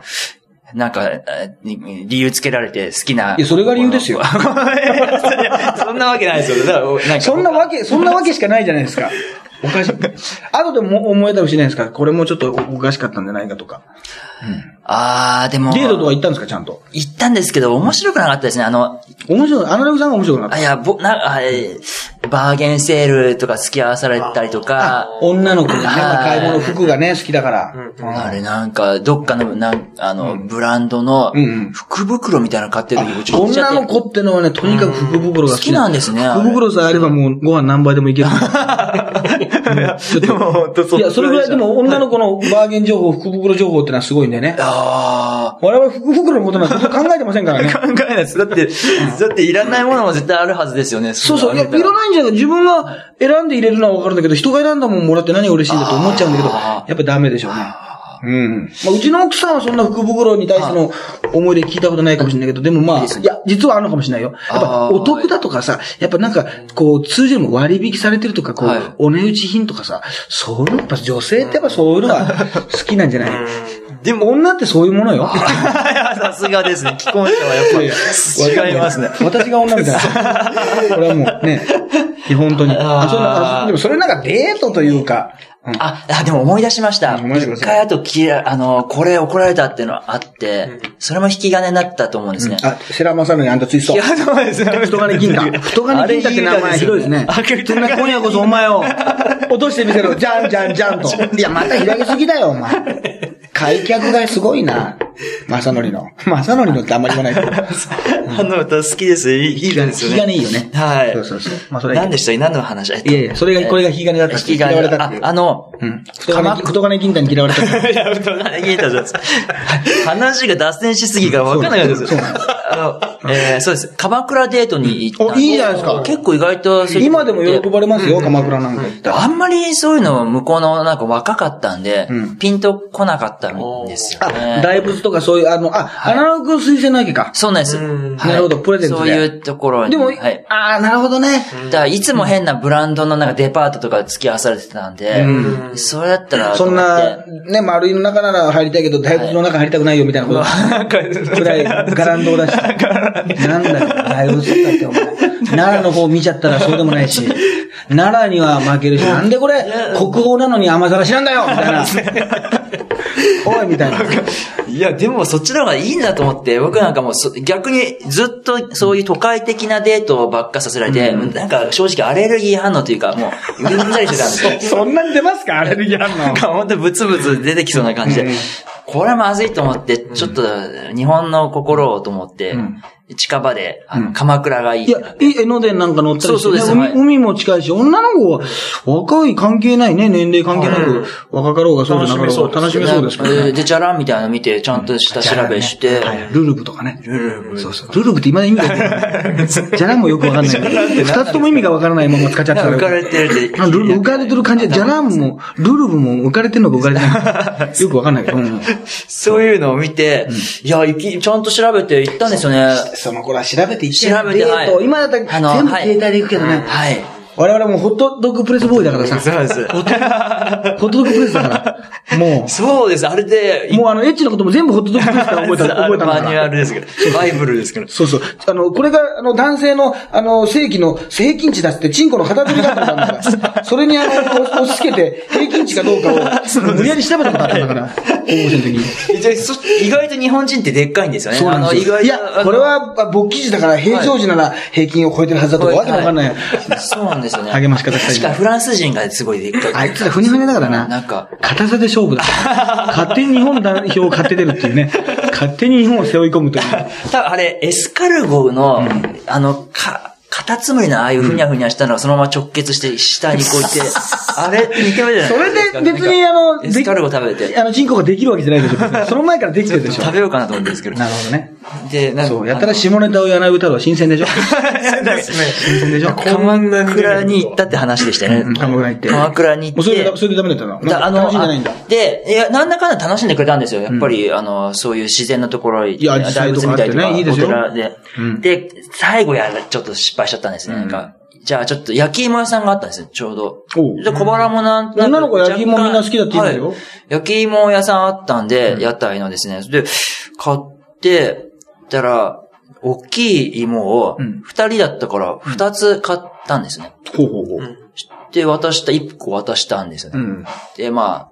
Speaker 3: なんか、えー理由つけられて好きな。
Speaker 1: いやそれが理由ですよ
Speaker 3: いや [LAUGHS] そんなわけないですよ。だからなんか
Speaker 1: そんなわけ、そんなわけしかないじゃないですか。おかしい。後でも思えたりしないですかこれもちょっとおかしかったんじゃないかとか。
Speaker 3: あー、でも。
Speaker 1: デートとか行ったんですかちゃんと。
Speaker 3: 行ったんですけど、面白くなかったですね。あの、
Speaker 1: 面白い。アナログさんが面白くなか
Speaker 3: あ
Speaker 1: っ
Speaker 3: いや、ぼ、な、あえーバーゲンセールとか付き合わされたりとか
Speaker 1: た。、女の子がね、
Speaker 3: はい
Speaker 1: まあ買い物服がね、好きだから。
Speaker 3: あれなんか、どっかの、なん、あの、ブランドの
Speaker 1: うんうん、
Speaker 3: 福袋みたいなの買ってる時、うち行っちゃって
Speaker 1: 女の子ってのはね、とにかく福袋が好き。
Speaker 3: 好きなんですねあれ
Speaker 1: 福袋さえあればもうご飯何杯でもいける。
Speaker 3: でも、本当
Speaker 1: いや、それぐらいでも女の子のバーゲン情報、福袋情報ってのはすごいんだよね。
Speaker 3: あ
Speaker 1: 我々福 [LAUGHS] 袋のことなんて考えてませんからね
Speaker 3: あ。。考えないです。だって、だっていらないものも絶対あるはずですよね。
Speaker 1: [LAUGHS] そうそう。いや、い
Speaker 3: んなの
Speaker 1: らないんじゃない自分が選んで入れるのはわかるんだけど、人が選んだもんもらって何が嬉しいんだと思っちゃうんだけど、や
Speaker 3: あ
Speaker 1: っぱダメでしょうね。うん。まあ、うちの奥さんはそんな福袋に対しての思い出聞いたことないかもしれないけど、でもまあ、いや、実はあるのかもしれないよ。やっぱ
Speaker 3: あー
Speaker 1: お得だとかさ、やっぱなんか、こう、通常よりも割引されてるとか、こ、
Speaker 3: はいう
Speaker 1: お値打ち品とかさ、そういうの、やっぱ女性ってやっぱそういうのが好きなんじゃないでも女ってそういうものよ。
Speaker 3: いやさすがですね。既婚者はやっぱり違いますね。
Speaker 1: 私が女みたいな。これはもうね、いや本当に。あ
Speaker 3: あー
Speaker 1: それなんかでもそれなんかデートというか、うん
Speaker 3: あ、あでも思い出しました。
Speaker 1: うん思い出してくだ
Speaker 3: 一
Speaker 1: さい
Speaker 3: 回あときあの、これ怒られたっていうのあって、それも引き金になったと思うんですね。
Speaker 1: あ、セラマサのにあんたツイスト
Speaker 3: い。や、そうですね。
Speaker 1: 太金銀貨。太金銀貨って名前ひどいですね。
Speaker 3: あれいい
Speaker 1: そ
Speaker 3: 歌ですよ
Speaker 1: ん
Speaker 3: ね
Speaker 1: な今夜こそお前を落としてみせろ。じゃんじゃんじゃんと。いや、また開けすぎだよ、お前。開脚がすごいな。マサノリの。マサノリのってあんまり言わないけど。
Speaker 3: あの歌好きです。いいいい歌ですよね。
Speaker 1: 引き金いいよね
Speaker 3: はい。
Speaker 1: そうそうそうまあそれはいい
Speaker 3: 何でした何の話えっと
Speaker 1: いやいや、それが、これが引き金だった
Speaker 3: 引
Speaker 1: って。
Speaker 3: き
Speaker 1: 嫌われ
Speaker 3: 金
Speaker 1: たっ
Speaker 3: あ
Speaker 1: ていう。
Speaker 3: あの、
Speaker 1: うん。太金太金銀貨に嫌われたっていう。
Speaker 3: [LAUGHS] いや、太金銀貨じゃないです話が脱線しすぎから分かんなかったです。
Speaker 1: そう
Speaker 3: あの、えー、そうです。鎌倉デートに行ったんで。
Speaker 1: おいいじゃないですか
Speaker 3: 結構意外とそう
Speaker 1: [LAUGHS]
Speaker 3: いう
Speaker 1: 今でも喜ばれますよ、鎌倉なんか行ったら。
Speaker 3: あんまりそういうの向こうのなんか若かったんで、
Speaker 1: うん
Speaker 3: ピンと来なかったんですよ
Speaker 1: あ、
Speaker 3: ね。
Speaker 1: 大仏とかそういう、あの、あ、アナログ推薦のわけか。
Speaker 3: そうなんです。
Speaker 2: うん
Speaker 3: はい
Speaker 1: なるほどプレゼント
Speaker 3: そう
Speaker 1: で
Speaker 3: いうところに。
Speaker 1: でも、
Speaker 3: はい。
Speaker 1: ああ、なるほどね。
Speaker 3: だからいつも変なブランドのなんかデパートとか付き合わされてたんで、それだったらと
Speaker 1: そん
Speaker 3: 思って、
Speaker 1: な、ね、丸いの中なら入りたいけど、大仏の中入りたくないよ、みたいなこと。 [LAUGHS]
Speaker 3: なんか、
Speaker 1: くらい、 [LAUGHS] ガランドを出して。なんだよ、大仏だって、お前。奈良の方見ちゃったらそうでもない [LAUGHS] し、奈良には負けるし、なんでこれ、国宝なのに甘さらしなんだよみたい [LAUGHS] な。おい、みたいな。
Speaker 3: いや、でもそっちの方がいいんだと思って、僕なんかもうそ逆にずっとそういう都会的なデートばっかさせられて、なんか正直アレルギー反応というか、もううんざりしてたんですよ。
Speaker 1: そんなに出ますかアレルギー反
Speaker 3: なんか本当にブツブツ出てきそうな感じで、これはまずいと思って、ちょっと日本の心をと思って、近場で、あの、鎌倉がいいっ
Speaker 1: い
Speaker 3: てな
Speaker 1: や
Speaker 3: っ、て。
Speaker 1: い江ノ電なんか乗ったりして、
Speaker 3: そうそうです
Speaker 1: ね
Speaker 3: はい
Speaker 1: 海海も近いし、女の子は若い関係ないね、年齢関係なく、若かろうがそうじゃなかろうが楽
Speaker 2: 楽
Speaker 1: し
Speaker 2: し
Speaker 1: めそうですけど
Speaker 3: で
Speaker 1: ね。
Speaker 3: で、チャランみたいなの見て、ちゃんと下調べして、
Speaker 1: はいルルブとかね。
Speaker 3: ルルブ
Speaker 1: そうそう。ルルブって今意味が
Speaker 3: [LAUGHS]
Speaker 1: 分かんない。じゃらんもよくわかんない。二つとも意味がわからないまま使っちゃった
Speaker 3: なんか浮かれてるって
Speaker 1: あルル浮かれてる感じで、じゃらんも、ルルブも浮かれてるのか浮かれてない
Speaker 3: [LAUGHS]
Speaker 1: のか。よくわかんないけど。うん
Speaker 3: そういうのを見て、いや、行きちゃんと調べて行ったんですよね。
Speaker 1: その頃は調べていって、
Speaker 3: 調べて
Speaker 1: デート
Speaker 3: はい
Speaker 1: 今だったら
Speaker 3: あの
Speaker 1: 全部
Speaker 3: はい
Speaker 1: 携帯で行くけどね。
Speaker 3: はい。
Speaker 1: 我々もホットドッグプレスボーイだからさ。
Speaker 3: そうです
Speaker 1: ホットホットドッグプレスだから。も
Speaker 3: そうです。あれで
Speaker 1: う、、もうあの、エッチなことも全部ホットドッグプレスから覚えた、
Speaker 3: あ
Speaker 1: 覚
Speaker 3: の
Speaker 1: えたんだか
Speaker 3: マニュ
Speaker 1: ら
Speaker 3: ア。ルですけど、バイブルですけど。
Speaker 1: そうそう。あの、これが、あの、男性の、あの、正規の、平均値だっつって、チンコの片取りだったんだから、それに、あの、押し付けて、平均値かどうかを、無理やり調べたことあったんだから、高校生の時に。
Speaker 3: でそ意外と日本人ってでっかいんですよね。
Speaker 1: そうなんです
Speaker 3: あの
Speaker 1: よ。
Speaker 3: 意外と
Speaker 1: い
Speaker 3: あの
Speaker 1: や、これは、あ勃起時だから、平常時なら平均を超えてるはずだとか、わけのわかんない。
Speaker 3: そうなんですよね。
Speaker 1: 励まし方したり
Speaker 3: 確かフランス人がすごいでっかい。
Speaker 1: あいつらふにゃふにゃだからな。
Speaker 3: なんか、
Speaker 1: 硬さで勝
Speaker 3: [LAUGHS]
Speaker 1: 負だ。勝手に日本代表を買って出るっていうね。勝手に日本を背負い込むという。
Speaker 3: 多分あれ、エスカルゴの、あの、か、カタツムリのああいうふにゃふにゃしたのがそのまま直結して下にこういって、あれ、似てるじゃない
Speaker 1: それ
Speaker 3: ですか
Speaker 1: で別にあの、
Speaker 3: エスカルゴ食べ
Speaker 1: で
Speaker 3: て、
Speaker 1: あの、人口ができるわけじゃないでしょ別に。その前からできてるでしょ。
Speaker 3: [LAUGHS] 食べようかなと思ってるんですけど。
Speaker 1: なるほどね。
Speaker 3: で、なんか
Speaker 1: そう、やったら下ネタをやらない歌うのは新鮮でしょ新鮮でしょ
Speaker 3: 鎌倉に行ったって話でしたよ
Speaker 1: うん
Speaker 3: ね。
Speaker 1: 鎌倉に行って
Speaker 3: 鎌倉に行
Speaker 1: もう
Speaker 3: っ
Speaker 1: それ
Speaker 3: て
Speaker 1: で、。それでダメだったの
Speaker 3: だ
Speaker 1: あ
Speaker 3: あ
Speaker 1: の、楽
Speaker 3: の
Speaker 1: しんでないんだ。
Speaker 3: あで、いや、なんだかんだ楽しんでくれたんですよ。やっぱり、あの、そういう自然のところ、
Speaker 1: や実際
Speaker 3: 大
Speaker 1: と
Speaker 3: 仏
Speaker 1: かあっ
Speaker 3: 見た
Speaker 1: て
Speaker 3: り
Speaker 1: ね
Speaker 3: とか、
Speaker 1: いいですよ
Speaker 3: お寺で、
Speaker 1: うん
Speaker 3: で、最後や、ちょっと失敗しちゃったんですね。
Speaker 1: うん
Speaker 3: なんか、じゃあちょっと焼き芋屋さんがあったんですよ、ちょうど。
Speaker 1: おう
Speaker 3: で、小腹もなんとなく
Speaker 1: 女の子焼き芋みんな好きだって言うんだよ
Speaker 3: は焼き芋屋さんあったんで、屋台のですね。で、買って、たら、大きい芋を
Speaker 1: うん、
Speaker 3: 二人だったから、二つ買ったんですね。
Speaker 1: ほうほうほう。
Speaker 3: で、渡した、一個渡したんですよね。
Speaker 1: うん。
Speaker 3: で、まあ、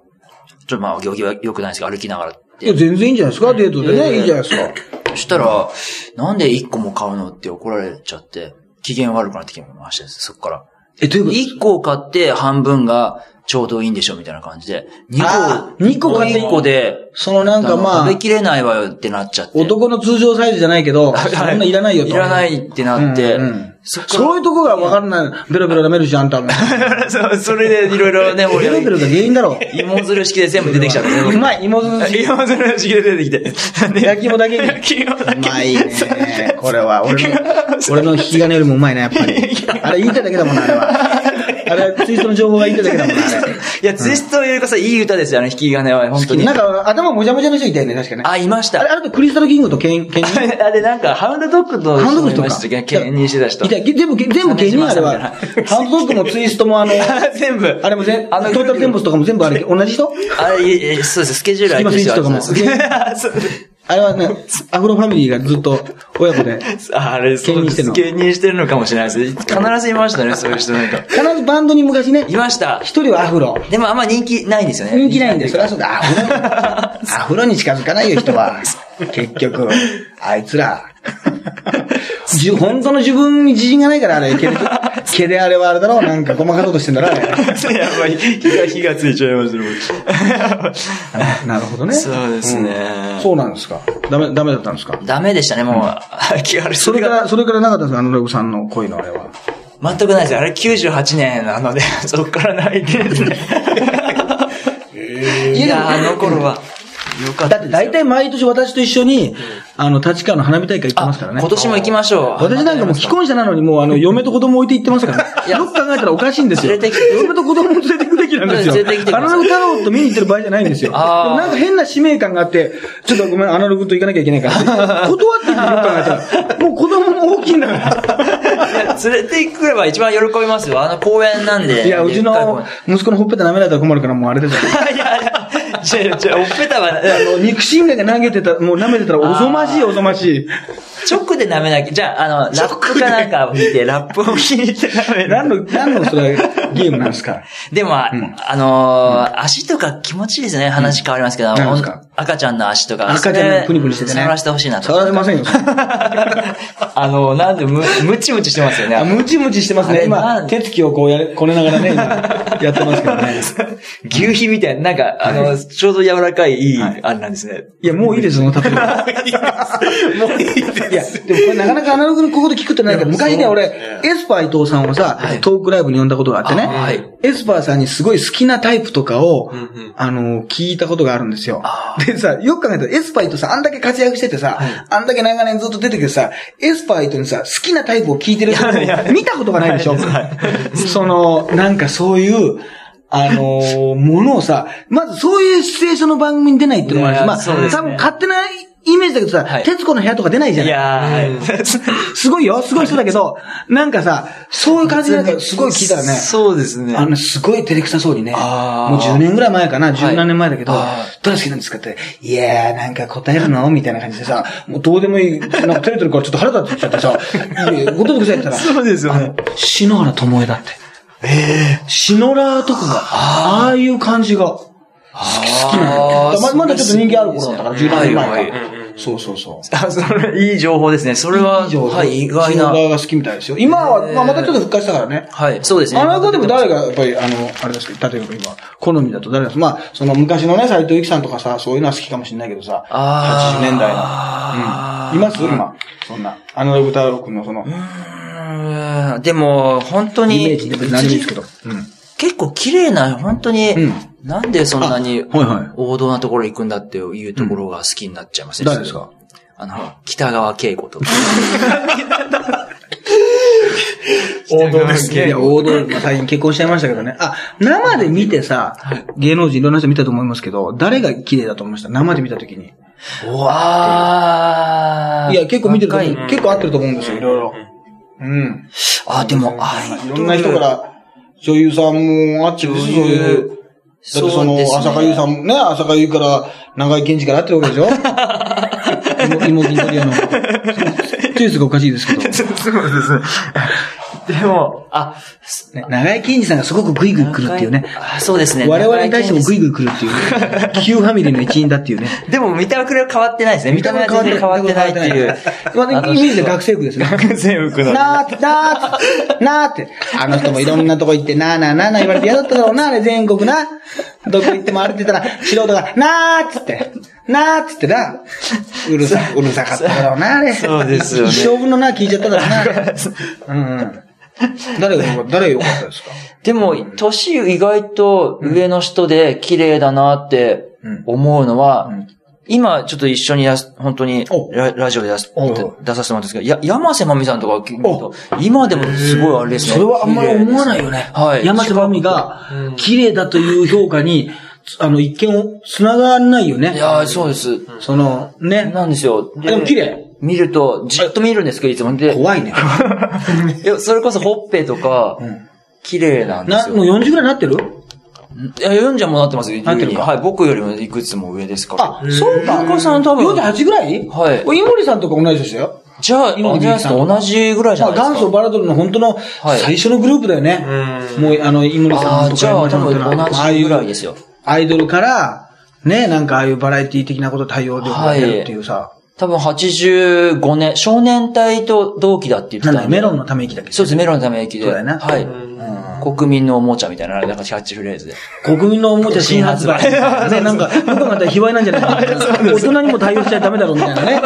Speaker 3: ちょっとまあ、行儀は良くないですけど、歩きながらっ
Speaker 1: いや、
Speaker 3: て。
Speaker 1: 全然いいんじゃないですかデートで
Speaker 3: うん
Speaker 1: ね。いいじゃないですか。
Speaker 3: そしたら、なんで一個も買うのって怒られちゃって、機嫌悪くなってきましたです、そっから。
Speaker 1: え、ということ
Speaker 3: 一個買って半分がちょうどいいんでしょ、みたいな感じで。二
Speaker 1: あ
Speaker 3: 個、
Speaker 1: ー二個買って
Speaker 3: 一個で、
Speaker 1: そのなんかまあ
Speaker 3: 食べ、きれないわよってなっちゃって。
Speaker 1: 男の通常サイズじゃないけど、そんないらないよと。
Speaker 3: いらないってなって、
Speaker 1: うんうん
Speaker 3: そっから
Speaker 1: そういうとこが分かんない。ベロベロ舐めるし、あんた。ベ
Speaker 3: [LAUGHS] そうそれでいろいろね、もう
Speaker 1: ロベロが原因だろ。
Speaker 3: 芋づる式で全部出てきちゃったね。僕
Speaker 1: うまい、芋づるし。
Speaker 3: 芋づる式で出てきて。
Speaker 1: [LAUGHS]
Speaker 3: で
Speaker 1: 焼き芋だけに
Speaker 3: 焼き芋だけ
Speaker 1: うまいね。これは、俺の、俺の引き金よりもうまいね、やっぱり。あれ言いたいだけだもんな、あれは。あれ、ツイストの情報が言いたいだけだもんな、あれ。
Speaker 3: いや、ツイストいうかさ、いい歌ですよ、あの、引き金は、本当に
Speaker 1: なん。か、頭もじゃもじゃの人いたよね、確かね。あ
Speaker 3: あ、いまし
Speaker 1: れ、
Speaker 3: た。
Speaker 1: あれとクリスタルキングとケン、ケン
Speaker 3: あれ、なんか、ハウンドドッグと、
Speaker 1: ハウンドドッグと
Speaker 3: いま
Speaker 1: か
Speaker 3: したけど兼任してた人
Speaker 1: い。た、全部、全部ケンにあれは。ハンドドッグもツイストもあの、
Speaker 3: [LAUGHS] 全部。
Speaker 1: あれも全、
Speaker 3: あ
Speaker 1: あ
Speaker 3: の
Speaker 1: の、トータルテンボスとかも全部あれ、同じ人
Speaker 3: あれ、いえそうです、スケジュール空いてる人
Speaker 1: スキマスイッチと
Speaker 3: あそう
Speaker 1: あれはね、アフロファミリーがずっと親子で。
Speaker 3: [LAUGHS] あれ、そうで
Speaker 1: 兼任してん
Speaker 3: す。
Speaker 1: の
Speaker 3: 兼任してるのかもしれないです。必ずいま
Speaker 1: [LAUGHS]
Speaker 3: したね、そういう人なんか。
Speaker 1: 必ずバンドに昔ね、
Speaker 3: いました。
Speaker 1: 一人はアフロ。
Speaker 3: でもあんま人気ないんですよね。
Speaker 1: 人気ないんです。それはそうだ。アフロ。アフロに近づかないよ、人は。結局。あいつら。じゅ本当の自分に自信がないから、あれ。毛で毛であれはあれだろ。なんかごまかそうとしてんだろ、あれ。
Speaker 3: [LAUGHS] やばい。火が、火がついちゃいましたね、
Speaker 1: なるほどね。
Speaker 3: そうですね
Speaker 1: うんそうなんですか。ダメ、ダメだったんですか。
Speaker 3: ダメでしたね、もう。あ気軽
Speaker 1: そ
Speaker 3: そ
Speaker 1: れ
Speaker 3: れ
Speaker 1: か
Speaker 3: が。
Speaker 1: ら、それからなかったんですか、あのロブさんの恋のあれは。
Speaker 3: 全くないです。あれ98年なので、 [LAUGHS] そっからないで
Speaker 1: [LAUGHS]
Speaker 3: すね。いや、あの頃は、よかっ
Speaker 1: だ
Speaker 3: た
Speaker 1: って
Speaker 3: です。
Speaker 1: 大体毎年私と一緒に、あの、立川の花火大会行ってますからね。
Speaker 3: 今年も行きましょう。
Speaker 1: 私なんかもう既婚者なのにもうあの、嫁と子供置いて行ってますから
Speaker 3: い
Speaker 1: ね。
Speaker 3: や
Speaker 1: よく考えたらおかしいんですよ。
Speaker 3: 連れてきて
Speaker 1: 嫁と子供を連れてくべきなんですよ
Speaker 3: 連れてき。てく
Speaker 1: ア
Speaker 3: ださい
Speaker 1: ナログ太郎と見に行ってる場合じゃないんですよ。でも
Speaker 3: あー
Speaker 1: なんか変な使命感があって、ちょっとごめん、アナログと行かなきゃいけないから [LAUGHS] って。断ってるよ、よく考えたら。もう子供も大きいんだ
Speaker 3: [LAUGHS]
Speaker 1: から。
Speaker 3: いや連れて行くれば一番喜びますよ。あの公園なんで。
Speaker 1: いや、うちの
Speaker 3: でっか
Speaker 1: 息子のほっぺた舐められたら困るからもうあれですよ。
Speaker 3: い公園いやいや、じゃあ、じゃあ、おっぺたは、
Speaker 1: あの、肉親が投げてた、もう舐めてたらおぞましいおぞましい。
Speaker 3: 直で舐めなきゃ。じゃあ、あの、ラップかなんかを引いて、ラップを引いて舐める。
Speaker 1: 何の、何のそれゲームなんですか
Speaker 3: でも、ああのー足とか気持ちいいですね。話変わりますけど、
Speaker 1: 何ですか
Speaker 3: 赤ちゃんの足とか。
Speaker 1: 赤ちゃんがプニプニしててね。
Speaker 3: 触らせてほしいなと。
Speaker 1: 触らせませ
Speaker 3: [LAUGHS]
Speaker 1: んよ。
Speaker 3: あの、なんでむ、ムチムチしてますよ
Speaker 1: あ、
Speaker 3: ね。
Speaker 1: ムチムチしてます
Speaker 3: あ
Speaker 1: ね。
Speaker 3: れ
Speaker 1: 今
Speaker 3: な、ん
Speaker 1: 手つきをこうやれ、こねながらね、今、やってますけど
Speaker 3: [LAUGHS]
Speaker 1: ね。
Speaker 3: 牛皮みたいな、なんか、あの、ちょうど柔らかい、いい、
Speaker 1: はい
Speaker 3: あれなんですね。
Speaker 1: いや、 [LAUGHS] もういいですよ、その例えば。
Speaker 2: もういい
Speaker 1: いや、でもこれなかなかアナログのここで聞くってないけど、昔ね、俺、エスパー伊藤さんをさ、トークライブに呼んだことがあってね、
Speaker 3: あはい
Speaker 1: エスパーさんにすごい好きなタイプとかを、あの、聞いたことがあるんですよ。でさ、よく考えたら、エスパー伊藤さんあんだけ活躍しててさ、あんだけ長年ずっと出てきてさ、エスパー伊藤にさ、好きなタイプ [LAUGHS] を聞いてる人を見たことがないでしょ。その、なんかそういう、あのーものをさ、まずそういうシチュエーションの番組に出ないっていうのもあるし、
Speaker 3: いや
Speaker 1: まあ、
Speaker 3: そうですね
Speaker 1: 多分勝手なイメージだけどさ、
Speaker 3: はい
Speaker 1: 徹子の部屋とか出ないじゃ
Speaker 3: い
Speaker 1: ない
Speaker 3: やー、はい
Speaker 1: [LAUGHS] すごいよ、すごい人だけど、なんかさ、そういう感
Speaker 3: [LAUGHS]
Speaker 1: じでなんかすごい聞いたらね、
Speaker 2: そうですね。
Speaker 1: あの、すごい照れくさそうにね、もう
Speaker 3: あー
Speaker 1: 10年ぐらい前かな、10何年前だけど、
Speaker 3: あ
Speaker 1: どれ好きなんですかって、いやー、なんか答えるのみたいな感じでさ、もうどうでもいい、なんか照れてるからちょっと腹立ってきちゃって [LAUGHS] さ、いやごとぶくさいって言ったら、
Speaker 2: そうですよね。
Speaker 1: 篠原智恵だって。ええ篠原とかが、ああいう感じが、好き好きなんだよ。ままだちょっと人気ある頃だったから、10年
Speaker 3: はい
Speaker 1: 前
Speaker 3: は
Speaker 1: か
Speaker 3: い。
Speaker 1: そうそうそう。
Speaker 3: あ、それ、いい情報ですね。それは、
Speaker 1: 以上
Speaker 3: はい、意外
Speaker 1: 篠。
Speaker 3: な
Speaker 1: 原が好きみたいですよ。今は、まあ、またちょっと復活したからね。
Speaker 3: はい、そうですね。
Speaker 1: あなたでも誰が、やっぱり、あの、あれですけど、例えば今、好みだと誰ですまあ、その昔のね、斎藤由貴さんとかさ、そういうのは好きかもしれないけどさ、
Speaker 3: あー
Speaker 1: 80年代の。うん。います今、そんな。あの歌録のその、イ
Speaker 3: うーんでも、本当に、
Speaker 1: メージで別に何でもいいですけど。うん。
Speaker 3: 結構綺麗な、本当に、
Speaker 1: うん
Speaker 3: なんでそんなに
Speaker 1: あはいはい
Speaker 3: 王道なところ行くんだっていうところが好きになっちゃいますね。
Speaker 1: 誰ですか
Speaker 3: あの、北川景子
Speaker 1: [LAUGHS]
Speaker 3: とか。
Speaker 2: 王道です
Speaker 1: い
Speaker 2: ね。
Speaker 1: や、王道、まあ、最近結婚しちゃいましたけどね。あ、生で見てさ、芸能人いろんな人見たと思いますけど、誰が綺麗だと思いました生で見たときに。
Speaker 3: あー
Speaker 1: いや、結構見てると
Speaker 3: 若い
Speaker 1: 思う、結構合ってると思うんですよ、いろいろ。うん。
Speaker 3: あ、でも、アイド
Speaker 1: い
Speaker 3: ル
Speaker 1: ろんな人か。ら、女優さんもあっちゃうしそう
Speaker 3: 女優
Speaker 1: いう。だってその、浅香優さんもね、浅香優から、長井健二から会ってるわけでし [LAUGHS] ょ芋芋銀トリア [LAUGHS] の。チュースがおかしいですけど。
Speaker 3: そうですね。 [LAUGHS] でも、あ、す
Speaker 1: ね長井健二さんがすごくグイグイ来るっていうね。
Speaker 3: あそうですね。
Speaker 1: 我々に対してもグイグイ来るって [LAUGHS] いう、ね。Q ファミリーの一員だって [LAUGHS] いうね。
Speaker 3: でも見た目は変わってないですね。見た目は全然変わってないっていう。
Speaker 1: まあ、イメージで学生服ですね。
Speaker 3: 全部
Speaker 1: [LAUGHS] なーって、なーって、なーって。あの人もいろんなとこ行って、なーなーなーなー言われて嫌だっただろうな、あれ全国な。どこ行っても歩いてたら、素人が、なーっつって、なーっつってな。うる [LAUGHS] さ、うるさかっただろうな、あれ。
Speaker 3: そうですよね
Speaker 1: 一生分のな、聞いちゃっただろうなあ [LAUGHS] れ。うんうん。誰がよか、誰が良かったですか
Speaker 3: でも、年意外と上の人で綺麗だなって思うのは、
Speaker 1: ん
Speaker 3: 今ちょっと一緒にやす、本当に
Speaker 1: お
Speaker 3: ララジオでやす
Speaker 1: おう
Speaker 3: 出出させてもらったんですけど、や、山瀬まみさんとか結構今でもすごいあれですね。
Speaker 1: それはあんまり思わないよね。
Speaker 3: はい
Speaker 1: 山瀬まみが、綺麗だという評価に、あの、一見を繋がらないよ
Speaker 3: い
Speaker 1: ね。
Speaker 3: やーそうです。
Speaker 1: その、ね。
Speaker 3: なんですよ。
Speaker 1: でも綺麗。
Speaker 3: 見ると、じっと見るんですけど、いつも。で、
Speaker 1: 怖いね。
Speaker 3: いやそれこそほっぺとか、綺麗なんで
Speaker 1: な、
Speaker 3: す
Speaker 1: もう
Speaker 3: よ。
Speaker 1: 40ぐらいなってる
Speaker 3: いや、読んじゃもうなってますよ、
Speaker 1: なってる
Speaker 3: 優
Speaker 1: か
Speaker 3: にはい、僕よりもいくつも上ですから。
Speaker 1: あ、そうか。
Speaker 3: 中さん多分
Speaker 1: 48ぐらい
Speaker 3: はい
Speaker 1: お井森さんとか同じでしたよ。
Speaker 3: じゃあ、
Speaker 1: 今
Speaker 3: 今、ジャイアンツと同じぐらいじゃ
Speaker 1: ま
Speaker 3: な
Speaker 1: あ、
Speaker 3: いで
Speaker 1: 元
Speaker 3: すか。
Speaker 1: 祖バラドルの本当の
Speaker 3: い
Speaker 1: 最初のグループだよね。もう、あの、井森さん
Speaker 3: あ
Speaker 1: と
Speaker 3: ー
Speaker 1: か
Speaker 3: じゃあ、
Speaker 1: 井森さんと
Speaker 3: 多分
Speaker 1: か
Speaker 3: 同じぐらいですよ。
Speaker 1: アイドルから、ね、なんかああいうバラエティ的なこと対応でやるっていうさ。
Speaker 3: 多分85年、少年隊と同期だって言って
Speaker 1: なん
Speaker 3: た
Speaker 1: だ
Speaker 3: ん
Speaker 1: メ
Speaker 3: で。
Speaker 1: ロンのため息だけど。
Speaker 3: そうです、メロンのため駅で。
Speaker 1: そうだよな
Speaker 3: はい。国民のおもちゃみたいな、なんかキャッチフレーズで。
Speaker 1: 国民のおもちゃ新発 [LAUGHS] 売。ね、なんか、よく考えたら卑猥なんじゃないか [LAUGHS] な。大人にも対応しちゃダメだろうみたいな [LAUGHS] ね。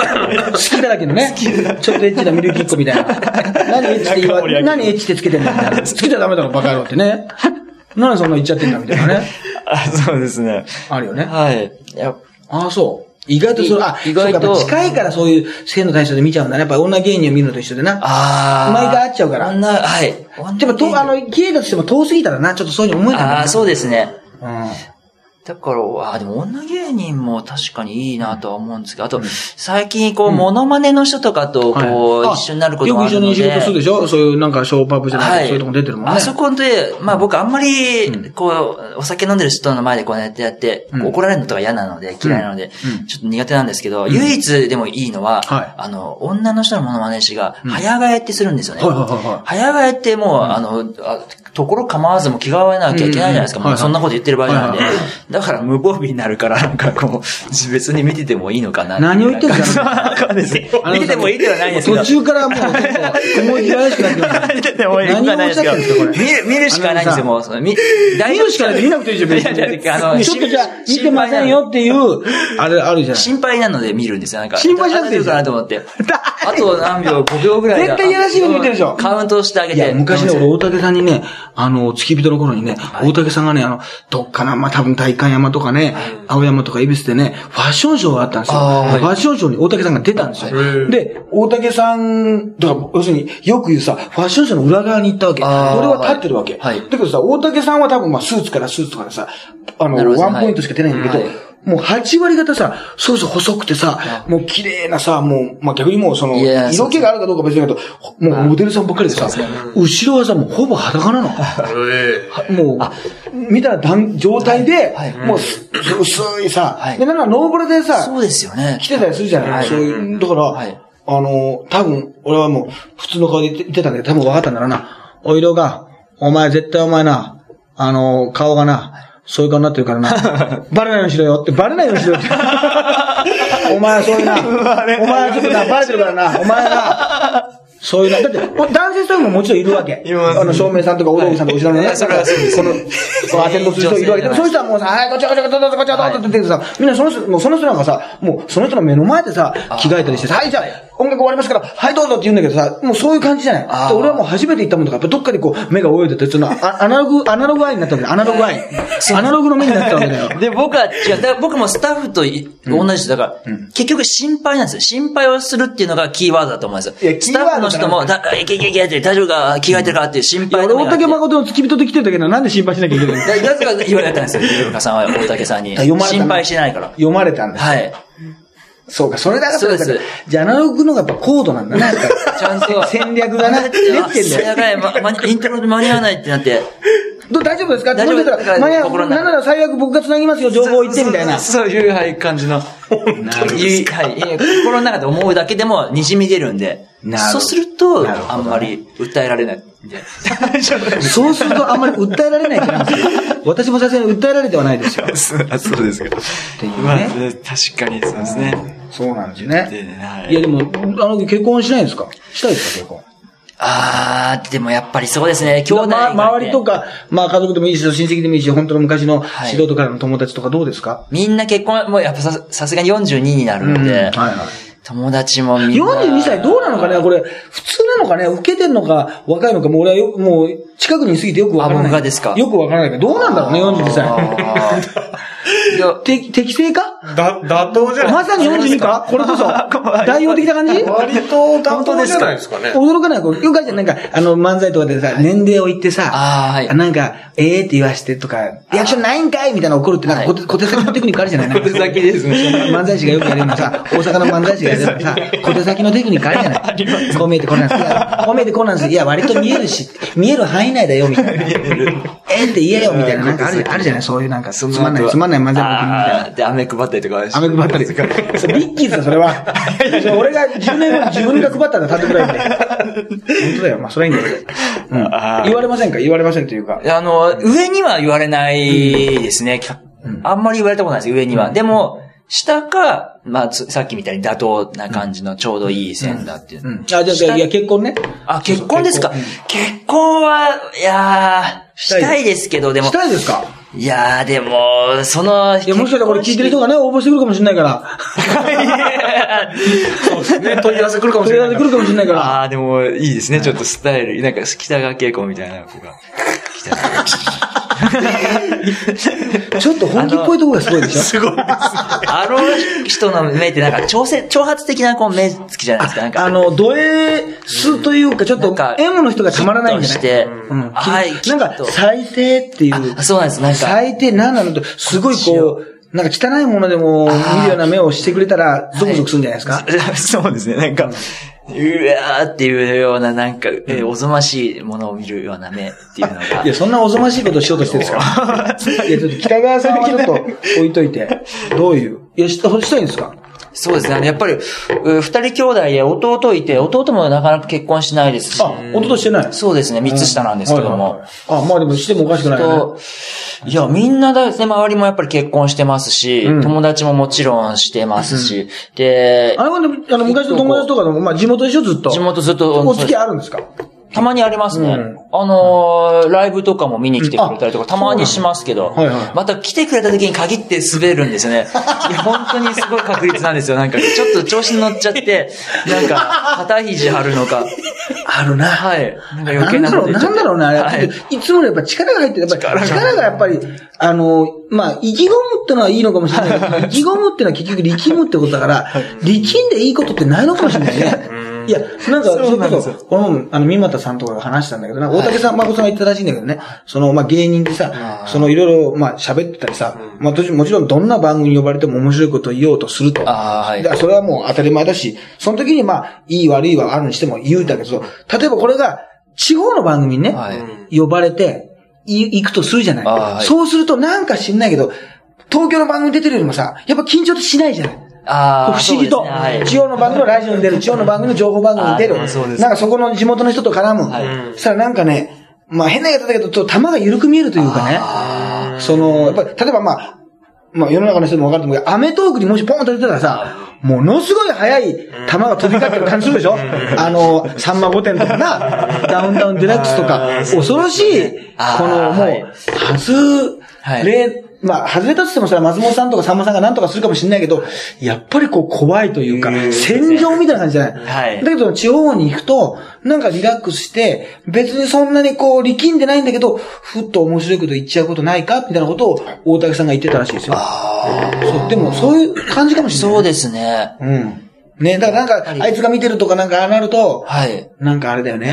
Speaker 1: 好きだらけのね。ちょっとエッチなミルキッコみたいな。何エッチって言わ何エッチってつけてんだみたいな。 [LAUGHS] つけちゃダメだろ、バカ野郎ってね。なんでそんな言っちゃってんだみたい [LAUGHS] なね。
Speaker 3: あ、そうですね。
Speaker 1: あるよね。
Speaker 3: はい。いや、
Speaker 1: ああ、そう。意外とそれ、あ、
Speaker 3: 意外と
Speaker 1: そうかやっぱ近いからそういう性の対象で見ちゃうんだね。やっぱ女芸人を見るのと一緒でな。
Speaker 3: あー。
Speaker 1: 毎回会っちゃうから
Speaker 3: 女、はい。
Speaker 1: でも、と、あの、綺麗だとしても遠すぎたらな、ちょっとそういうふうに思えないんだよ
Speaker 3: あ
Speaker 1: な
Speaker 3: ー、そうですね。
Speaker 1: うん。
Speaker 3: だから、あーでも女芸人も確かにいいなとは思うんですけど、あと、最近、こう、モノマネの人とかと、こう、
Speaker 1: はい
Speaker 3: 一緒になることもあるので。
Speaker 1: よく一緒に仕事するでしょそういうなんかショーパブじゃないけど、そういうとこ出てるもんね。
Speaker 3: あそこで、まあ僕あんまり、こう、お酒飲んでる人の前でこうやってやって、
Speaker 1: うん
Speaker 3: こう怒られるのとか嫌なので、嫌いなので、
Speaker 1: うんうん
Speaker 3: ちょっと苦手なんですけど、唯一でもいいのは、
Speaker 1: はい
Speaker 3: あの、女の人のモノマネ師が、早替えってするんですよね。
Speaker 1: はいはいはいはい
Speaker 3: 早替えってもう、あのあ、ところ構わずもう気が合わなきゃいけないじゃないですか。
Speaker 1: うんうんうん
Speaker 3: もうそんなこと言ってる場合じゃないんで。
Speaker 1: はいはい
Speaker 3: だから無防備になるから、なんかこう、別に見ててもいいのかなっていう。
Speaker 1: 何を言ってるんだ
Speaker 3: [LAUGHS]
Speaker 1: ろう
Speaker 3: なんかですね
Speaker 1: あの
Speaker 3: 見ててもいいではないですけど。
Speaker 1: 途中からもう結構、思い切らしくなってま
Speaker 3: 見
Speaker 1: す。
Speaker 3: ててもいいかないですけど
Speaker 1: 何をおっしゃってるんですかこれ
Speaker 3: 見る、見るしかないんですよ、もう。その見、大
Speaker 1: 見
Speaker 3: 丈夫
Speaker 1: るしかない見なくていいじゃん、別
Speaker 3: いやいやいやあ
Speaker 1: に。
Speaker 3: の
Speaker 1: ちょっとじゃあ、見てませんよっていう、あれ、あるじゃない。
Speaker 3: 心配なので見るんですよ、なんか。
Speaker 1: 心配しなくていい
Speaker 3: 大丈夫かなと思って。 [LAUGHS] あと何秒、5秒ぐらいだ
Speaker 1: 絶対いやらしいこと言ってるでしょ
Speaker 3: カウントしてあげ
Speaker 1: いや、
Speaker 3: て。
Speaker 1: 昔ね、俺、大竹さんにね、あの、付き人の頃にね、大竹さんがね、あの、どっかな、まあ、多分大観山とかね、青山とか恵比寿でね、ファッションショーがあったんですよ。
Speaker 3: あーはい
Speaker 1: ファッションショーに大竹さんが出たんですよ。で、大竹さん、だから、要するに、よく言うさ、ファッションショーの裏側に行ったわけ。俺
Speaker 3: あー
Speaker 1: は立ってるわけ。
Speaker 3: はい
Speaker 1: だけどさ、大竹さんは多分、まあ、スーツからスーツとかでさ、あ
Speaker 3: なる
Speaker 1: の、
Speaker 3: ほど
Speaker 1: ワンポイントしか出ないんだけど
Speaker 3: はい、
Speaker 1: もう8割方さ、そうそう細くてさ、もう綺麗なさ、もう、まあ、逆にもうその、
Speaker 3: いや
Speaker 1: 色気があるかどうか別にだけど、ほもうモデルさんばっかりでさ、後ろはさ、もうほぼ裸なの。
Speaker 2: え
Speaker 1: もう、見た段状態で
Speaker 3: はい、
Speaker 1: もうす、す薄いさ
Speaker 3: は、い
Speaker 1: で、なんかノーブラでさ
Speaker 3: そ、うですよね。
Speaker 1: 来てたりするじゃない、
Speaker 3: はい
Speaker 1: そういう、だから、
Speaker 3: はい
Speaker 1: あの、多分、俺はもう、普通の顔で言って言ってたんだけど、多分分かったんだろうな。お色が、お前絶対お前な、あの、顔がな、そういう顔になってるから
Speaker 3: [LAUGHS]
Speaker 1: な、バレないようにしろよって、バレないようにしろよって。お前はそういうな、お前はちょっとな、バレてるからな、お前な、そういうな、だって、男性スタッフももちろんいるわけ。
Speaker 2: います
Speaker 1: あの、照明さんとか、お道具さんとか、後ろのね、
Speaker 3: はい
Speaker 1: だから
Speaker 3: [LAUGHS] それはそうです
Speaker 1: この、このアテンドする人いるわけでも、そういう人はもうさ、はい、こっちこっちこっちこっちこっちこっちって言ってさ、みんなその人、もうその人なんかさ、もうその人の目の前でさ、着替えたりしてさ、はい、じゃあ音楽終わりますから、はい、どうぞって言うんだけどさ、もうそういう感じじゃない。
Speaker 3: あー
Speaker 1: で俺はもう初めて行ったもんだから、やっぱどっかでこう、目が泳いでて、その、あアナログ、アナログアイになったわけだアナログアイ。アナログの目になったわけだよ。
Speaker 3: [LAUGHS] で、僕は、違う、だから僕もスタッフとい同じですだから、結局心配なんですよ。心配をするっていうのがキーワードだと思うんです
Speaker 1: い
Speaker 3: よ
Speaker 1: や。キ
Speaker 3: ス
Speaker 1: ー
Speaker 3: タ
Speaker 1: ワー
Speaker 3: ッフ
Speaker 1: ド
Speaker 3: の
Speaker 1: じゃな
Speaker 3: 人
Speaker 1: くて
Speaker 3: も、だから、いけいけいけって、大丈夫か、着替えてるかっていう心
Speaker 1: いや
Speaker 3: 配
Speaker 1: 俺、大
Speaker 3: の目があって
Speaker 1: 竹誠の付き人で来てるだけど、なんで心配しなきゃいけないの
Speaker 3: だなぜか言われたんですよ、ゆうかさんは大竹さんに。
Speaker 1: 読まれたな
Speaker 3: 心配してないから。
Speaker 1: 読まれたんだ。
Speaker 3: はい。
Speaker 1: そうか、それだから
Speaker 3: そうです
Speaker 1: だからじゃあアナログのがやっぱ高度なんだな。やっぱ
Speaker 3: ちゃんと。
Speaker 1: 戦略がな、
Speaker 3: だ
Speaker 1: 練
Speaker 3: っ
Speaker 1: っててんだよ。
Speaker 3: やばい、ま、ま、イントロで間に合わないってなって。
Speaker 1: どう大丈夫ですかって
Speaker 3: 大丈夫
Speaker 1: 言ったら、まあ、いや、
Speaker 3: 心
Speaker 1: な
Speaker 3: の中で
Speaker 1: んなら最悪僕が繋ぎますよ、情報言ってみたいな。
Speaker 3: そうそういう、はい、感じの。ゆいはい。いや心の中で思うだけでも滲み出るんで。
Speaker 1: なるほど
Speaker 3: そうすると、あんまり訴えられない。大丈夫
Speaker 1: そうするとあんまり訴えられないじゃないですか。私もさすがに訴えられてはないですよ。
Speaker 2: あ [LAUGHS] そうですか。
Speaker 1: ていうね
Speaker 2: まあ、確かにそうですね。
Speaker 1: そうなんですよ
Speaker 2: でね
Speaker 1: ね。
Speaker 2: はい
Speaker 1: いやでも、あの、結婚しないんですかしたいですか、結婚。
Speaker 3: あー、でもやっぱりそうですね。兄弟が
Speaker 1: ま
Speaker 3: ね、
Speaker 1: 周りとか、まあ家族でもいいし、親戚でもいいし、本当の昔の
Speaker 3: はい
Speaker 1: 素人からの友達とかどうですか、
Speaker 3: みんな結婚、もうやっぱささすがに42になる
Speaker 1: うんん
Speaker 3: で、
Speaker 1: はいはい。
Speaker 3: 友達もみんな。
Speaker 1: 42歳どうなのかねこれ、普通なのかね受けてんのか若いのかもう俺はよもう近くに過ぎてよくわからない。
Speaker 3: あ僕がですか
Speaker 1: よくわからないけど、どうなんだろうね、42歳。
Speaker 3: あーいや、
Speaker 1: [LAUGHS] て適正か
Speaker 2: だ、妥当じゃない
Speaker 1: まさに42かこれこそ、代表的な感じ
Speaker 2: 割と妥当じゃないですかね。
Speaker 1: 驚かない。こうよくあるじゃん。なんか、あの、漫才とかでさ、年齢を言って
Speaker 3: あー
Speaker 1: さ
Speaker 3: はい、
Speaker 1: なんか、ええって言わしてとか、リアクションないんかいみたいな怒るって、なんか小手、小手先のテクニックあるじゃないなんか
Speaker 3: 小手先ですね
Speaker 1: 漫才師がよくやるようなさ、大阪の漫才師がやるようなさ、小手先のテクニックあるじゃないこう見えてこうなんです。いやこう見えてこうなんです。いや、割と見えるし、見える範囲内だよ、みたいな。ええって言えよ、みたいな。なんかあるあるじゃないそういうなんか、つまんない、つまんない漫才のテクニックみたいな
Speaker 3: あ。
Speaker 1: [LAUGHS]
Speaker 3: ーで、アメ配ったりとか。
Speaker 1: アメ配ったり。それビッキーズだ、それ
Speaker 2: [LAUGHS]
Speaker 1: は。それ俺が10年後に自分が配ったんだ、単独ライブで。本当だよ。まあ、それはいいんだけど。うん
Speaker 2: あー
Speaker 1: 言われませんか言われませんというか。
Speaker 3: あの、上には言われないですね。きゃあんまり言われたことないです、上には。でも、下か、まあ、つさっきみたいに妥当な感じのちょうどいい線だっていう。
Speaker 1: うん。あ、じゃあじゃあ、いや、結婚ね。
Speaker 3: あ、結婚ですか結婚は、いやー、
Speaker 1: したい
Speaker 3: したいですけど、でも
Speaker 1: し、たいですか
Speaker 3: いやー、でも、その、
Speaker 1: いや、もしかしたらこれ聞いてる人がね、応募してくるかもしれないから。
Speaker 3: [LAUGHS]
Speaker 2: そうですね。問い合わせ来るかも
Speaker 1: そ
Speaker 2: し
Speaker 1: れ
Speaker 2: れ
Speaker 1: が
Speaker 2: ない
Speaker 1: 来る
Speaker 2: から。
Speaker 1: かもしれないから。
Speaker 2: ああ、でもいいですね。ちょっとスタイル、なんか北川景子みたいな子が。
Speaker 1: ちょっと本気っぽいところがすごいでしょ
Speaker 2: すごいですね。
Speaker 3: あの人の目ってなんか、挑戦、挑発的なこう目つきじゃないですか。なんか、
Speaker 1: あの、ド S というか、ちょっ
Speaker 3: な
Speaker 1: と
Speaker 3: んか、
Speaker 1: M の人がたまらないんじゃ
Speaker 3: し
Speaker 1: ない
Speaker 3: て、
Speaker 1: うん。
Speaker 3: はい、
Speaker 1: なん
Speaker 3: きっ
Speaker 1: か、
Speaker 3: と
Speaker 1: 最低っていう。
Speaker 3: あそうなんですなんか
Speaker 1: 最低何なのと、すごいこう、なんか汚いものでも見るような目をしてくれたら、ゾクゾクするんじゃないですか、
Speaker 3: [LAUGHS]
Speaker 2: そうですね。なんか、
Speaker 3: うわーっていうような、なんか、えーおぞましいものを見るような目っていうのが。
Speaker 1: い、や、そんなおぞましいことしようとしてるんです
Speaker 3: [LAUGHS]
Speaker 1: かいや、ちょっと北川さんはちょっと置いといて、どういう。いや、したしたいんですか
Speaker 3: そうですねあの。やっぱり、うー二人兄弟で弟いて、弟もなかなか結婚しないですし。
Speaker 1: あ、音としてない。
Speaker 3: そうですね。三つ下なんですけ
Speaker 1: はい
Speaker 3: ど
Speaker 1: はい
Speaker 3: も
Speaker 1: はい。あ、まあでもしてもおかしくないよね。
Speaker 3: と、いや、みんなだですね、周りもやっぱり結婚してますし、
Speaker 1: うん
Speaker 3: 友達ももちろんしてますし、で
Speaker 1: あ、の、あの昔の友達とかの、まあ地元でしょ、ずっと。
Speaker 3: 地元ずっと、
Speaker 1: お付き合いあるんですか
Speaker 3: たまにありますね。
Speaker 1: うん
Speaker 3: あのーライブとかも見に来てくれたりとか、
Speaker 1: あ
Speaker 3: たまにしますけど、
Speaker 1: そうなんだはいはい
Speaker 3: また来てくれた時に限って滑るんです
Speaker 1: [LAUGHS]
Speaker 3: よね。いや、本当にすごい確率なんですよ。なんか、ちょっと調子に乗っちゃって、なんか、肩肘張るのか。
Speaker 1: あるな。
Speaker 3: はい。なんか余
Speaker 1: な
Speaker 3: 計
Speaker 1: ん
Speaker 3: な
Speaker 1: だ
Speaker 3: こ
Speaker 1: ろ
Speaker 3: と
Speaker 1: う、
Speaker 3: 言っち
Speaker 1: な
Speaker 3: ゃっ
Speaker 1: ん
Speaker 3: て。
Speaker 1: だろうね、あれ。
Speaker 3: はい
Speaker 1: いつもよりやっぱ力が入ってる。やっぱり力がやっぱり、あの、まあ、意気込むってのはいいのかもしれないけど、意気込むってのは結局力むってことだから、力んでいいことってないのかもしれないね。いや、なんか、そ
Speaker 2: そう
Speaker 1: れ
Speaker 2: なん
Speaker 1: こ
Speaker 2: で
Speaker 1: そ
Speaker 2: すよ、
Speaker 1: この、あの、三股さんとかが話したんだけどな、大竹さん、孫さんは言ったらしいんだけどね、その、まあ、芸人でさ、その、いろいろ、まあ、喋ってたりさ、まあ、どっちもちろんどんな番組に呼ばれても面白いことを言おうとすると。
Speaker 3: あーはい
Speaker 1: だからそれはもう当たり前だし、その時にまあ、いい悪いはあるにしても言うんだけど、例えばこれが、地方の番組にね、
Speaker 3: はい
Speaker 1: 呼ばれて、い行くとするじゃない、
Speaker 3: あーはい
Speaker 1: そうするとなんか知んないけど、東京の番組出てるよりもさ、やっぱ緊張ってしないじゃない
Speaker 3: ああ。
Speaker 1: 不思議と、
Speaker 3: そうですねはい
Speaker 1: 地方の番組のラジオに出る、地方の番組の情報番組に出
Speaker 3: あー
Speaker 1: る、
Speaker 3: そう
Speaker 2: です
Speaker 1: なんかそこの地元の人と絡む。
Speaker 3: はい
Speaker 1: そしたらなんかね、まあ変な言い方だけど、ちょっと玉が緩く見えるというかね。
Speaker 3: あ
Speaker 1: その、やっぱり、例えばまあ、まあ世の中の人でも分かると思うけど、アメトークにもしポンと出てたらさ、ものすごい速い球が飛び交ってる感じするでしょあの、サンマ御殿とかな、ダウンタウンデラックスとか、恐ろしい、こ
Speaker 3: あー
Speaker 1: のも
Speaker 3: は
Speaker 1: う
Speaker 3: い、
Speaker 1: 外れ、まあ、外れたとしてもそれは松本さんとかさんまさんが何とかするかもしれないけど、やっぱりこう怖いというか、戦場みたいな感じじゃない。
Speaker 3: はい
Speaker 1: だけど地方に行くと、なんかリラックスして、別にそんなにこう力んでないんだけど、ふっと面白いこと言っちゃうことないかみたいなことを大竹さんが言ってたらしいですよ。そうでもそういう感じかもしれない。
Speaker 3: そうですね。
Speaker 1: うん。ね、だからなんか、あいつが見てるとかなんかああなると、
Speaker 3: はい。
Speaker 1: なんかあれだよ
Speaker 3: えー
Speaker 1: ね。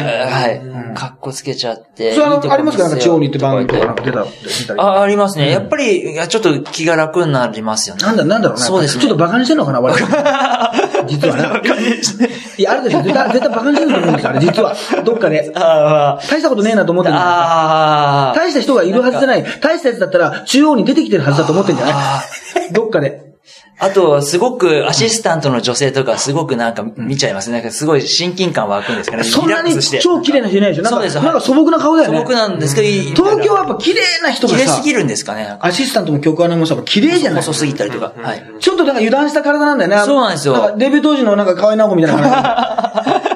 Speaker 3: はい。かっこつけちゃって。
Speaker 1: それ
Speaker 3: いい
Speaker 1: は
Speaker 3: とこ
Speaker 1: ありますかなんか地方に行って番組とかなんか出た、出たり。
Speaker 3: あ、ありますね。やっぱり、いやちょっと気が楽になりますよね。
Speaker 1: なんだ、なんだろうな。
Speaker 3: そうですね
Speaker 1: ちょっと馬鹿にしてんのかな、我々。
Speaker 3: [LAUGHS]
Speaker 1: 実はな。いや、あるでしょ。絶対、絶対馬鹿にしてると思うんですよ、あれ、実は。どっかで。
Speaker 3: あ
Speaker 1: 大したことねえなと思ってるんだよ
Speaker 3: あー。
Speaker 1: 大した人がいるはずじゃない。大したやつだったら、中央に出てきてるはずだと思ってんじゃない [LAUGHS] どっかで。
Speaker 3: あと、すごく、アシスタントの女性とか、すごくなんか見ちゃいますね。なんかすごい親近感湧くんですかね。
Speaker 1: そんな
Speaker 3: リラッ
Speaker 1: に
Speaker 3: クスして
Speaker 1: 超綺麗な人いないでしょ。なん
Speaker 3: そう
Speaker 1: か、
Speaker 3: です
Speaker 1: なんか素朴な顔だよね。
Speaker 3: 素朴なんですけどいい
Speaker 1: 東京はやっぱ綺麗な人が
Speaker 3: 綺麗
Speaker 1: さ
Speaker 3: す、ぎるんですかね。なんか
Speaker 1: アシスタントも曲アナもさ、綺麗じゃない
Speaker 3: 細すぎたりとか。はい。
Speaker 1: ちょっとなんか油断した体なんだよね。
Speaker 3: そうなんですよ
Speaker 1: かデビュー当時のなんか河合直子みたいな感
Speaker 3: [LAUGHS]
Speaker 1: じ。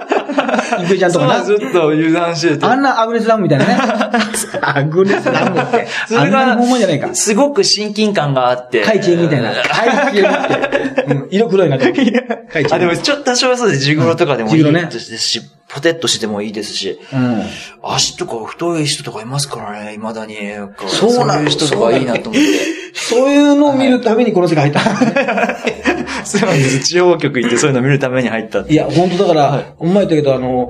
Speaker 1: ゆくえちゃんと
Speaker 2: そう
Speaker 1: か
Speaker 2: な
Speaker 1: な。
Speaker 2: んですずっと油断してて。
Speaker 1: あんなアグネスラムみたいなね。
Speaker 3: [LAUGHS]
Speaker 1: アグネスラムって。
Speaker 3: そ
Speaker 1: あ
Speaker 3: れ
Speaker 1: んな
Speaker 3: が
Speaker 1: 本物じゃないか。
Speaker 3: すごく親近感があって。
Speaker 1: カイチェンみ
Speaker 3: [LAUGHS]
Speaker 1: たいな。カイチェンって。うん色黒いなと思って。カイチェン。
Speaker 3: あ、でも、ちょっと多少はそうです。ジグロとかでもい
Speaker 1: ジ
Speaker 3: い
Speaker 1: グロね
Speaker 3: ですし、ポテッとしてもいいですし、
Speaker 1: うん。
Speaker 3: 足とか太い人とかいますからね、未だに。
Speaker 1: そうなん
Speaker 3: いう人とかいいなと思って。
Speaker 1: そういうのを見るためにこの世界入った。
Speaker 2: [LAUGHS] そうなんです。地方局行ってそういうの見るために入ったって。
Speaker 1: いや、本当だから、お前言ったけど、あの、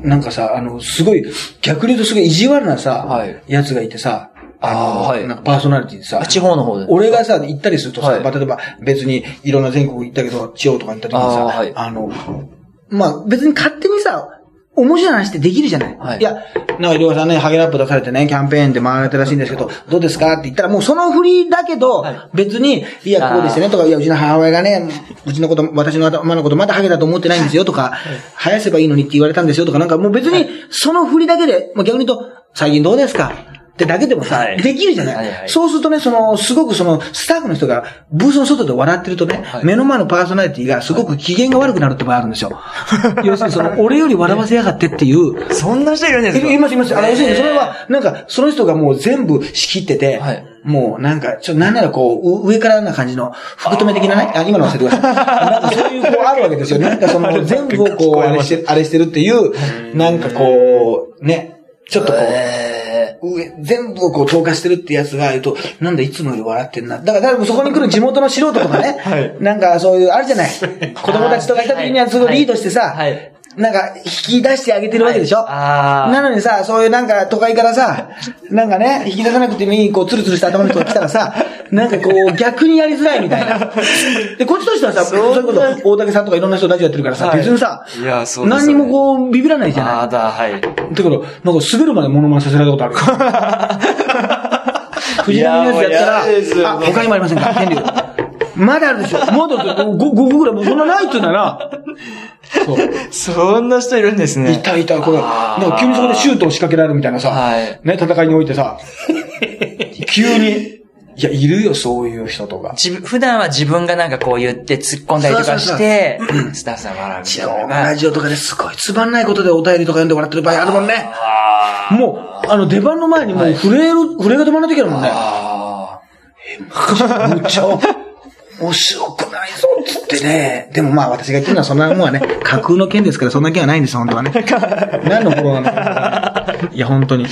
Speaker 1: なんかさ、あの、すごい、逆に言うとすごい意地悪なさ、
Speaker 3: はい
Speaker 1: やつがいてさ、あの、
Speaker 3: あーはい
Speaker 1: なんかパーソナリティでさ
Speaker 3: あ、地方の方で。
Speaker 1: 俺がさ、行ったりするとさ、
Speaker 3: はい
Speaker 1: まあ例えば別にいろんな全国行ったけど、地方とか行った時にさ、あ,、
Speaker 3: あーはい
Speaker 1: の、まあ別に勝手にさ、面白い話ってできるじゃない、
Speaker 3: はい
Speaker 1: いや、なんか、りょうさんね、ハゲラップ出されてね、キャンペーンで回られたらしいんですけど、どうですかって言ったら、もうその振りだけど、
Speaker 3: はい
Speaker 1: 別に、いや、こうですよね、とか、いや、うちの母親がね、うちのこと、私の頭のこと、まだハゲだと思ってないんですよ、とか、生やせばいいのにって言われたんですよ、とか、なんかもう別に、その振りだけで、もう逆に言うと、最近どうですかってだけでもさ、
Speaker 3: はい
Speaker 1: できるじゃない、
Speaker 3: はいはい
Speaker 1: そうするとね、その、すごくその、スタッフの人が、ブースの外で笑ってるとね、
Speaker 3: はい
Speaker 1: 目の前のパーソナリティが、すごく機嫌が悪くなるって場合あるんですよ。
Speaker 3: [LAUGHS]
Speaker 1: 要するに、その、俺より笑わせやがってっていう、
Speaker 2: そんな人いるんですか
Speaker 1: いいますいます。あの、
Speaker 3: へー
Speaker 1: 要するにそれは、なんか、その人がもう全部仕切ってて、
Speaker 3: はい
Speaker 1: もうなんか、ちょっとなんならこう、う上からな感じの、福留的なね、あ今の忘れてください。なんかそういう、こう、あるわけですよ。なんかその、全部をこう、あれして、あれしてるっていう、なんかこう、ね、ちょっとこう、
Speaker 3: え
Speaker 1: 上、全部をこう投下してるってやつが言うと、なんだいつもより笑ってんな。だから、だからそこに来る地元の素人とかね、なんかそういう、あるじゃない。子供たちとかいた時にはすごいリードしてさ、
Speaker 3: はいはい
Speaker 1: なんか引き出してあげてるわけでしょ、
Speaker 3: はいあー
Speaker 1: なのにさ、そういうなんか都会からさ、なんかね、引き出さなくてもいい、こう、ツルツルした頭の人が来たらさ、なんかこう、逆にやりづらいみたい
Speaker 2: [LAUGHS]
Speaker 1: な。で、こっちとしてはさ、そ
Speaker 2: そんな
Speaker 1: ういうこと、大竹さんとかいろんな人ラジオやってるからさ、
Speaker 2: はい
Speaker 1: 別にさ、
Speaker 2: いやそうですよ
Speaker 1: 何
Speaker 2: ね
Speaker 1: にもこう、ビビらないじゃない
Speaker 2: あーだ、は
Speaker 1: だ
Speaker 2: い。
Speaker 1: から、なんか滑るまでモノマネさせられたことあ
Speaker 2: [LAUGHS]
Speaker 1: る。藤波のやつ
Speaker 2: いやもう嫌です
Speaker 1: やったら、
Speaker 2: よ
Speaker 1: あ、他にもありませんか天竜。まだあるでしょまだ5、五個ぐらい、もうそんなないって言うな
Speaker 2: [LAUGHS]
Speaker 1: ら、そう。
Speaker 2: そんな人いるんです
Speaker 1: い
Speaker 2: ね。
Speaker 1: たいた、これ。
Speaker 2: あー
Speaker 1: なんか急にそこでシュートを仕掛けられるみたいなさ、
Speaker 3: はい
Speaker 1: ね、戦いにおいて [LAUGHS] さ、急に、いや、いるよ、そういう人とか。
Speaker 3: 自分普段は自分がなんかこう言って突っ込んだりとかして、スタッフさん笑うみ
Speaker 1: 地
Speaker 3: た
Speaker 1: 方
Speaker 3: い
Speaker 1: の
Speaker 3: な。
Speaker 1: ラジオとかですごいつまんないことでお便りとか読んでもらってる場合あるもんね。
Speaker 3: あー
Speaker 1: もう、あの、出番の前にもう震える、震えが止まらなきゃいけないもんね。
Speaker 3: あー。
Speaker 1: 部長、面白くないぞつってね、でもまあ私が言ってるのはそんなもんはね、架空の件ですからそんな件はないんです、本当は [LAUGHS] ね。何のフォロワーなのかいや、本 [LAUGHS] 当に。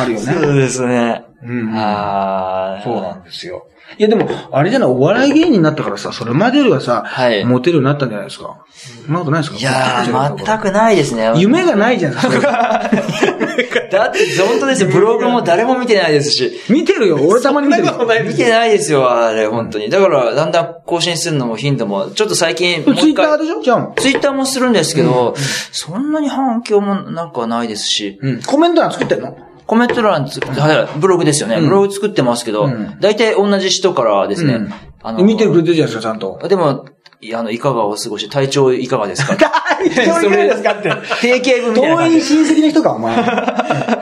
Speaker 1: あるよね。
Speaker 2: そうですね。
Speaker 1: うん
Speaker 2: ああ。
Speaker 1: そうなんですよ。いや、でも、あれじゃない、お笑い芸人になったからさ、それまでよりはさ、
Speaker 3: はい
Speaker 1: モテるようになったんじゃないですか。そんなことないですか
Speaker 3: いやー、全くないですね。
Speaker 1: 夢がないじゃないです
Speaker 3: [LAUGHS]
Speaker 1: か。
Speaker 3: だって、本当ですよ。ブログも誰も見てないですし。
Speaker 1: 見てるよ、俺たまに見てるよ。
Speaker 3: 見てないですよ、あれ、本当に。だから、だんだん更新するのも頻度も、ちょっと最近、もう
Speaker 1: ツイ
Speaker 3: 一
Speaker 1: ッター
Speaker 3: 回
Speaker 1: で、しょじゃん。
Speaker 3: ツイッターもするんですけど、そんなに反響もなんかないですし、
Speaker 1: うん。コメント欄作ってんの
Speaker 3: コメント欄つ、はいブログですよね。ブログ作ってますけど
Speaker 1: ん、
Speaker 3: 大体同じ人からですね
Speaker 1: うん、見てくれてるじゃないですか、ちゃん
Speaker 3: [LAUGHS]
Speaker 1: と。
Speaker 3: でも、いあの、いかがお過ごし、体調いかがですか
Speaker 1: それですかって。
Speaker 3: [LAUGHS] 定型文みたいな
Speaker 1: [LAUGHS] 遠
Speaker 3: 感
Speaker 1: い
Speaker 3: じ。
Speaker 1: 親戚の人か、お
Speaker 3: [LAUGHS]
Speaker 1: 前。
Speaker 3: あ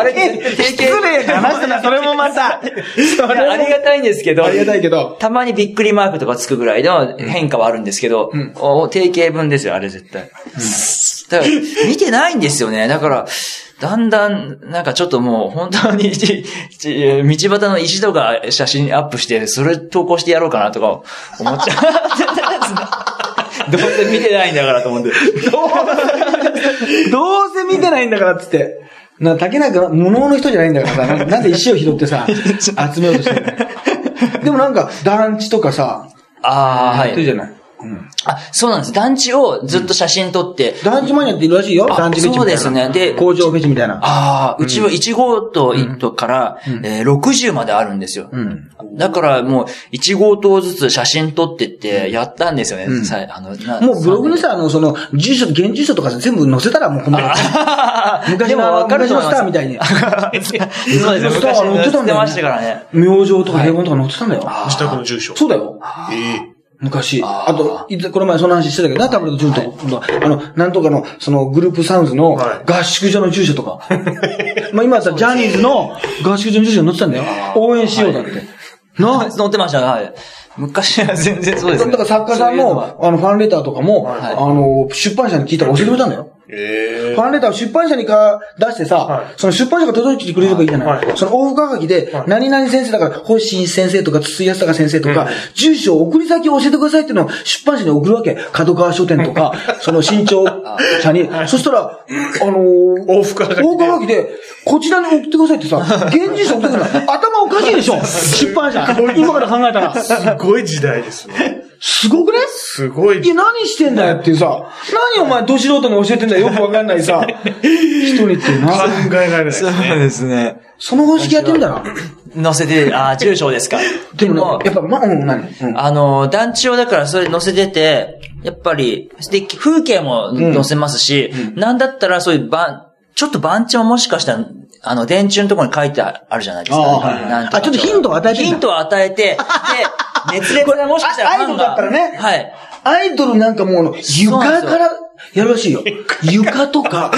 Speaker 3: [LAUGHS] れ、定
Speaker 1: 失礼な話だな、それもまた。 [LAUGHS] そ
Speaker 3: いやありがたいんですけど、
Speaker 1: ありがたいけど。
Speaker 3: たまにびっくりマークとかつくぐらいの変化はあるんですけど、お定型文ですよ、あれ絶対。だから、見てないんですよね。だから、だんだん、なんかちょっともう、本当に、 [LAUGHS] ちち道端の石とか写真アップして、それ投稿してやろうかなとか思っちゃ
Speaker 1: [LAUGHS]
Speaker 3: う。どうせ見てないんだからと思って。
Speaker 1: [LAUGHS] どうせ見てないんだからっつって。な、竹中は無能の人じゃないんだからさ、ななんで石を拾って
Speaker 3: [LAUGHS]
Speaker 1: さ、集めようとしてるのでもなんか、団地とかさ、
Speaker 3: ああ、は
Speaker 1: やってる
Speaker 3: い。
Speaker 1: じゃない。うん
Speaker 3: あ、そうなんです。団地をずっと写真撮って、
Speaker 1: 団地マニアっているらしいよ。
Speaker 3: あ
Speaker 1: 団地フェチみたいな。
Speaker 3: そうですねで
Speaker 1: 工場フェチみたいな。
Speaker 3: ああ、うちは1号棟1棟から、えー60まであるんですよ。
Speaker 1: うん。
Speaker 3: だからもう、1号棟ずつ写真撮ってって、やったんですよね。さあのな
Speaker 1: もうブログにさ、あの、その、住所、現住所とかさ全部載せたらもうほん
Speaker 3: [LAUGHS]
Speaker 1: まに昔
Speaker 3: でも
Speaker 1: の、
Speaker 3: わかる
Speaker 1: 昔
Speaker 3: と
Speaker 1: のス
Speaker 3: 思います
Speaker 1: ターみたいに。
Speaker 3: そうです
Speaker 1: 昔の
Speaker 3: よ。昔
Speaker 1: 人は載ってたん
Speaker 3: 乗っ
Speaker 1: だ
Speaker 3: て
Speaker 1: よね
Speaker 3: ましたからね。
Speaker 1: 明星とか平凡とか載ってたんだよ。
Speaker 4: 自宅の住所。
Speaker 1: そうだよ。
Speaker 4: ええ
Speaker 1: 昔。
Speaker 3: あ
Speaker 1: あ
Speaker 3: ー
Speaker 1: と、いつ、この前その話してたけどな、タブレット順と、あの、なんとかの、そのグループサウンズの
Speaker 4: は
Speaker 1: 合宿所の住所と
Speaker 3: [LAUGHS]
Speaker 1: か。まあ今さ、ジャニーズの合宿所の住所に載ってたんだよ。応援しようだって。なあ。
Speaker 3: 乗ってました、はい。昔は全然そうですね。
Speaker 1: だから作家さん
Speaker 3: そういうのは
Speaker 1: の、あの、ファンレターとかも、
Speaker 4: はい
Speaker 1: あの、出版社に聞いたら教えてくれたんだよ。
Speaker 4: ええ
Speaker 1: ファンレターを出版社にか出してさ、
Speaker 4: はい
Speaker 1: その出版社が届いてくれればいいじゃない。
Speaker 4: はい
Speaker 1: その往復はがきで、
Speaker 4: はい
Speaker 1: 何々先生だから、星新先生とか、筒井康隆先生とか、住所を送り先を教えてくださいっていうのを出版社に送るわけ。角川書店とか、 [LAUGHS] その新潮社に。そしたら、あのー、
Speaker 4: 往復はがきで
Speaker 1: 往復はがきで、こちらに送ってくださいって
Speaker 4: [LAUGHS]
Speaker 1: さ、現住所送ってくるの。頭おかしいでしょ出版社。今から考え
Speaker 4: [LAUGHS]
Speaker 1: たら。
Speaker 4: すごい時代ですね。
Speaker 1: すごくね
Speaker 4: すごい
Speaker 1: いや、何してんだよっていうさ、何お前、ど素人に教えてんだよ、よくわかんないさ、 [LAUGHS] 人にって
Speaker 4: 考
Speaker 1: な。
Speaker 4: えられないです
Speaker 2: そう
Speaker 4: ね。
Speaker 2: ですね。
Speaker 1: その方式やってみたら。
Speaker 3: 載せて、ああ、住所ですか。
Speaker 1: でもね、やっぱ、ま、うん、何うん
Speaker 3: あの、団地をだからそれ載せてて、やっぱり、で、風景も載せますし、なんだったらそういう番、ちょっと番地ももしかしたら、あの、電柱のところに書いてあるじゃないですか。
Speaker 1: ああはい
Speaker 3: なんか
Speaker 1: あちょっとヒントを与えてんだ
Speaker 3: ヒント
Speaker 1: [LAUGHS]
Speaker 3: を与えて、で、熱烈なもしかしたらファン
Speaker 1: あアイドルだ
Speaker 3: が。
Speaker 1: ったらね
Speaker 3: はい。
Speaker 1: アイドルなんかもうあの、
Speaker 3: そう
Speaker 1: 床
Speaker 3: なんです
Speaker 1: か
Speaker 3: よ
Speaker 1: ら、やるらしいよ。床と [LAUGHS] か、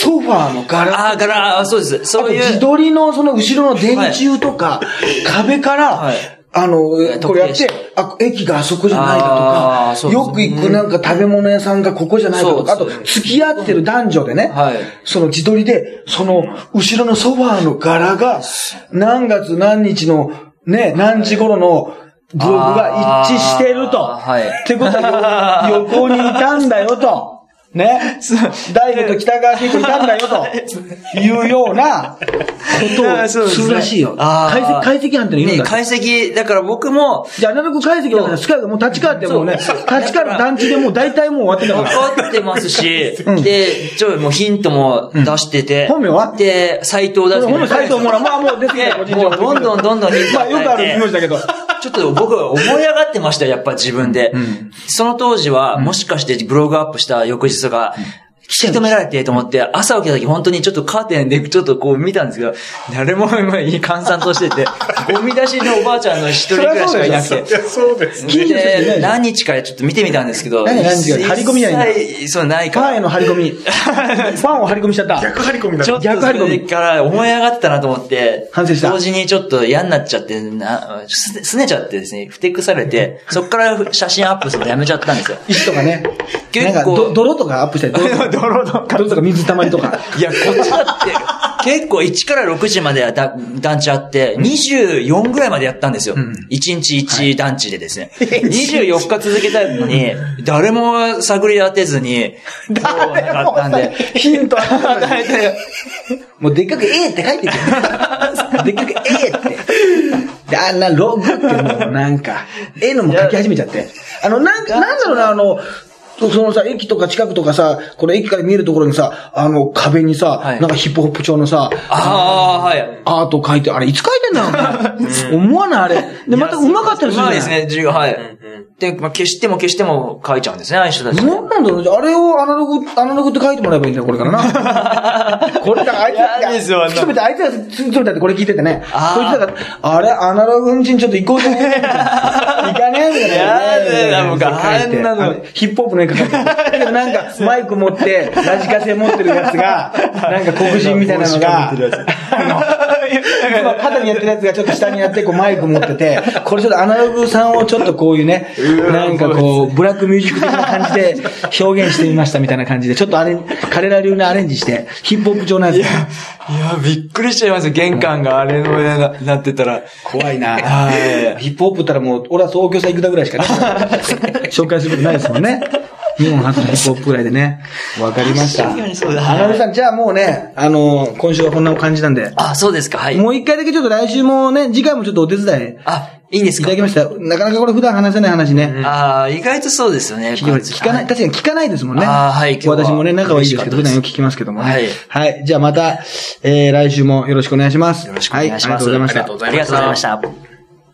Speaker 1: ソファーの柄。あ
Speaker 3: ああ、から、あそうです。
Speaker 1: と
Speaker 3: そうい
Speaker 1: 自
Speaker 3: う。
Speaker 1: 撮りのその後ろの電柱とか、壁から
Speaker 3: はい、
Speaker 1: あの、
Speaker 3: 特定
Speaker 1: これやって
Speaker 3: し、
Speaker 1: あ、駅があそこじゃない
Speaker 3: あ
Speaker 1: か
Speaker 3: ー
Speaker 1: とか、
Speaker 3: そうです
Speaker 1: よく行くなんか食べ物屋さんがここじゃないかとか、あ
Speaker 3: そ
Speaker 1: と
Speaker 3: うです、
Speaker 1: 付き合ってる男女でね、
Speaker 3: はい。
Speaker 1: その自撮りで、その、後ろのソファーの柄が、何月何日の、ね、何時頃の、ブログが一致してると。
Speaker 3: あーはい
Speaker 1: ってことは、よ横にいたんだよと。ね。大悟と北川景子いたんだよと。いうような、ことをするらしいよ。
Speaker 3: あ
Speaker 1: 解析、
Speaker 3: ー
Speaker 1: 解析班ってのいるん
Speaker 3: ね
Speaker 1: だって。
Speaker 3: 解析、だから僕も、
Speaker 1: じゃあ、アナログ解析だから、スカイがもう立川ってもうね、立
Speaker 3: そう
Speaker 1: 川の団地でもう大体もう終わってたから。
Speaker 3: 分かってますし、で、ちょいもうヒントも出してて、
Speaker 1: うん本名は
Speaker 3: で、斎藤だし
Speaker 1: ほんの斎藤もら、まあもう出てき
Speaker 3: で
Speaker 1: た、個人
Speaker 3: も
Speaker 1: 情
Speaker 3: う
Speaker 1: 報
Speaker 3: どんどんどんどんヒント
Speaker 1: まあよくある気持ちだけど。
Speaker 3: ちょっと僕は思い上がってましたよ、やっぱ自分で。その当時は、もしかしてブログアップした翌日とか、引き止められてと思って、朝起きた時本当にちょっとカーテンでちょっとこう見たんですけど、誰も今いい閑散としてて、ゴミ出しのおばあちゃんの一人くらいしかいなくて
Speaker 4: い。や、そうですね。
Speaker 1: 近所の人いないでし
Speaker 3: で
Speaker 1: ょ
Speaker 3: 何日かちょっと見てみたんですけど、
Speaker 1: 何何日か張り込みないんだ
Speaker 3: 一切そうない
Speaker 1: フ
Speaker 3: か
Speaker 1: ァ
Speaker 3: ら
Speaker 1: ンへ。の張り込み。ファンを張り込みしちゃった。
Speaker 4: 逆張り込みだ
Speaker 3: ちょっと
Speaker 1: 逆張り込
Speaker 3: そ
Speaker 1: み
Speaker 3: れから思い上がってたなと思って、
Speaker 1: 反省した
Speaker 3: 同時にちょっと嫌になっちゃって、なすすねちゃってですね、ふてくされて、
Speaker 1: [LAUGHS]
Speaker 3: そっから写真アップするのやめちゃったんですよ。
Speaker 1: 石とかね。
Speaker 3: 結構
Speaker 1: なんかど泥とかアップしたり、泥とか泥とか水たまりとか。
Speaker 3: いや、こっちだって、結構1から6時まではだ団地あって、24ぐらいまでやったんですよ。1日1団地でですね。24日続けたのに、誰も探り当てずに、誰もなかったんで。
Speaker 1: ヒントあったのにもうでっかく A って書いてる。でっかく A って。で、あんなログってもうなんか、絵のも書き始めちゃって。あの、なん、なんだろうな、あの、そそのさ、駅とか近くとかさ、この駅から見えるところにさ、あの壁にさ、
Speaker 3: はい
Speaker 1: なんかヒップホップ調のさ、
Speaker 3: ああ、はい。
Speaker 1: アート書いて、あれいつ書いてんだ [LAUGHS] ろう思わないあれ。で、また上手かったりするじゃ
Speaker 3: まあ
Speaker 1: ない
Speaker 3: ですね、授業、はい。で、まあ、消しても消しても書いちゃうんですね、ああいう人たち。
Speaker 1: なんなんだろうあれをアナログ、アナログって書いてもらえばいいんだよ、これから [LAUGHS] な。これだからあいつ
Speaker 3: いや
Speaker 1: ら、
Speaker 3: ですよあんな
Speaker 1: 突き止めて、あいつら突き止めたってこれ聞いててね。
Speaker 3: あー
Speaker 1: こいつらが、あれ、アナログんちにちょっと行こうと思ってんじゃん。行かねえんだ
Speaker 3: やだよもうあんなの
Speaker 1: ヒップホップの絵描かれてる。なんか、マイク持って、ラジカセ持ってるやつが、なんか黒人みたいなの [LAUGHS] が、あの、まあ肩にやってるやつがちょっと下にやって、こうマイク持ってて、 [LAUGHS] これちょっとアナログさんをちょっとこういうね、なんかこう、ブラックミュージック的な感じで表現してみましたみたいな感じで、ちょっとあれ、彼ら流のアレンジして、ヒップホップ調のやつ。
Speaker 2: いや、びっくりしちゃいますよ。玄関があれの上になってたら。
Speaker 1: 怖いな
Speaker 2: は
Speaker 1: ヒップホップったらもう、俺は東京さん行くだぐらいしかね、 [LAUGHS] 紹介することないですもんね。日本初のヒップホップぐらいでね。わかりました。
Speaker 3: 確かにそうだ
Speaker 1: 花火さん、じゃあもうね、あのー今週はこんな感じなんで、
Speaker 3: あ、そうですか、はい。
Speaker 1: もう一回だけちょっと来週もね、次回もちょっとお手伝い
Speaker 3: あ、いいんです
Speaker 1: いただ
Speaker 3: か
Speaker 1: きました。なかなかこれ普段話せない話ね。
Speaker 3: ああ、意外とそうですよね。
Speaker 1: 聞かない、聞かない、確かに聞かないですもんね。
Speaker 3: あーはい今日は
Speaker 1: 私もね、仲はいいですけど、普
Speaker 3: 嬉
Speaker 1: 段
Speaker 3: しか
Speaker 1: よ
Speaker 3: った
Speaker 1: く聞きますけどもね。
Speaker 3: はい
Speaker 1: はい。じゃあまた、えー、来週もよろしくお願いします。よ
Speaker 3: よろしくお願いします。
Speaker 1: ありがとうございました。
Speaker 3: ありがとうございました。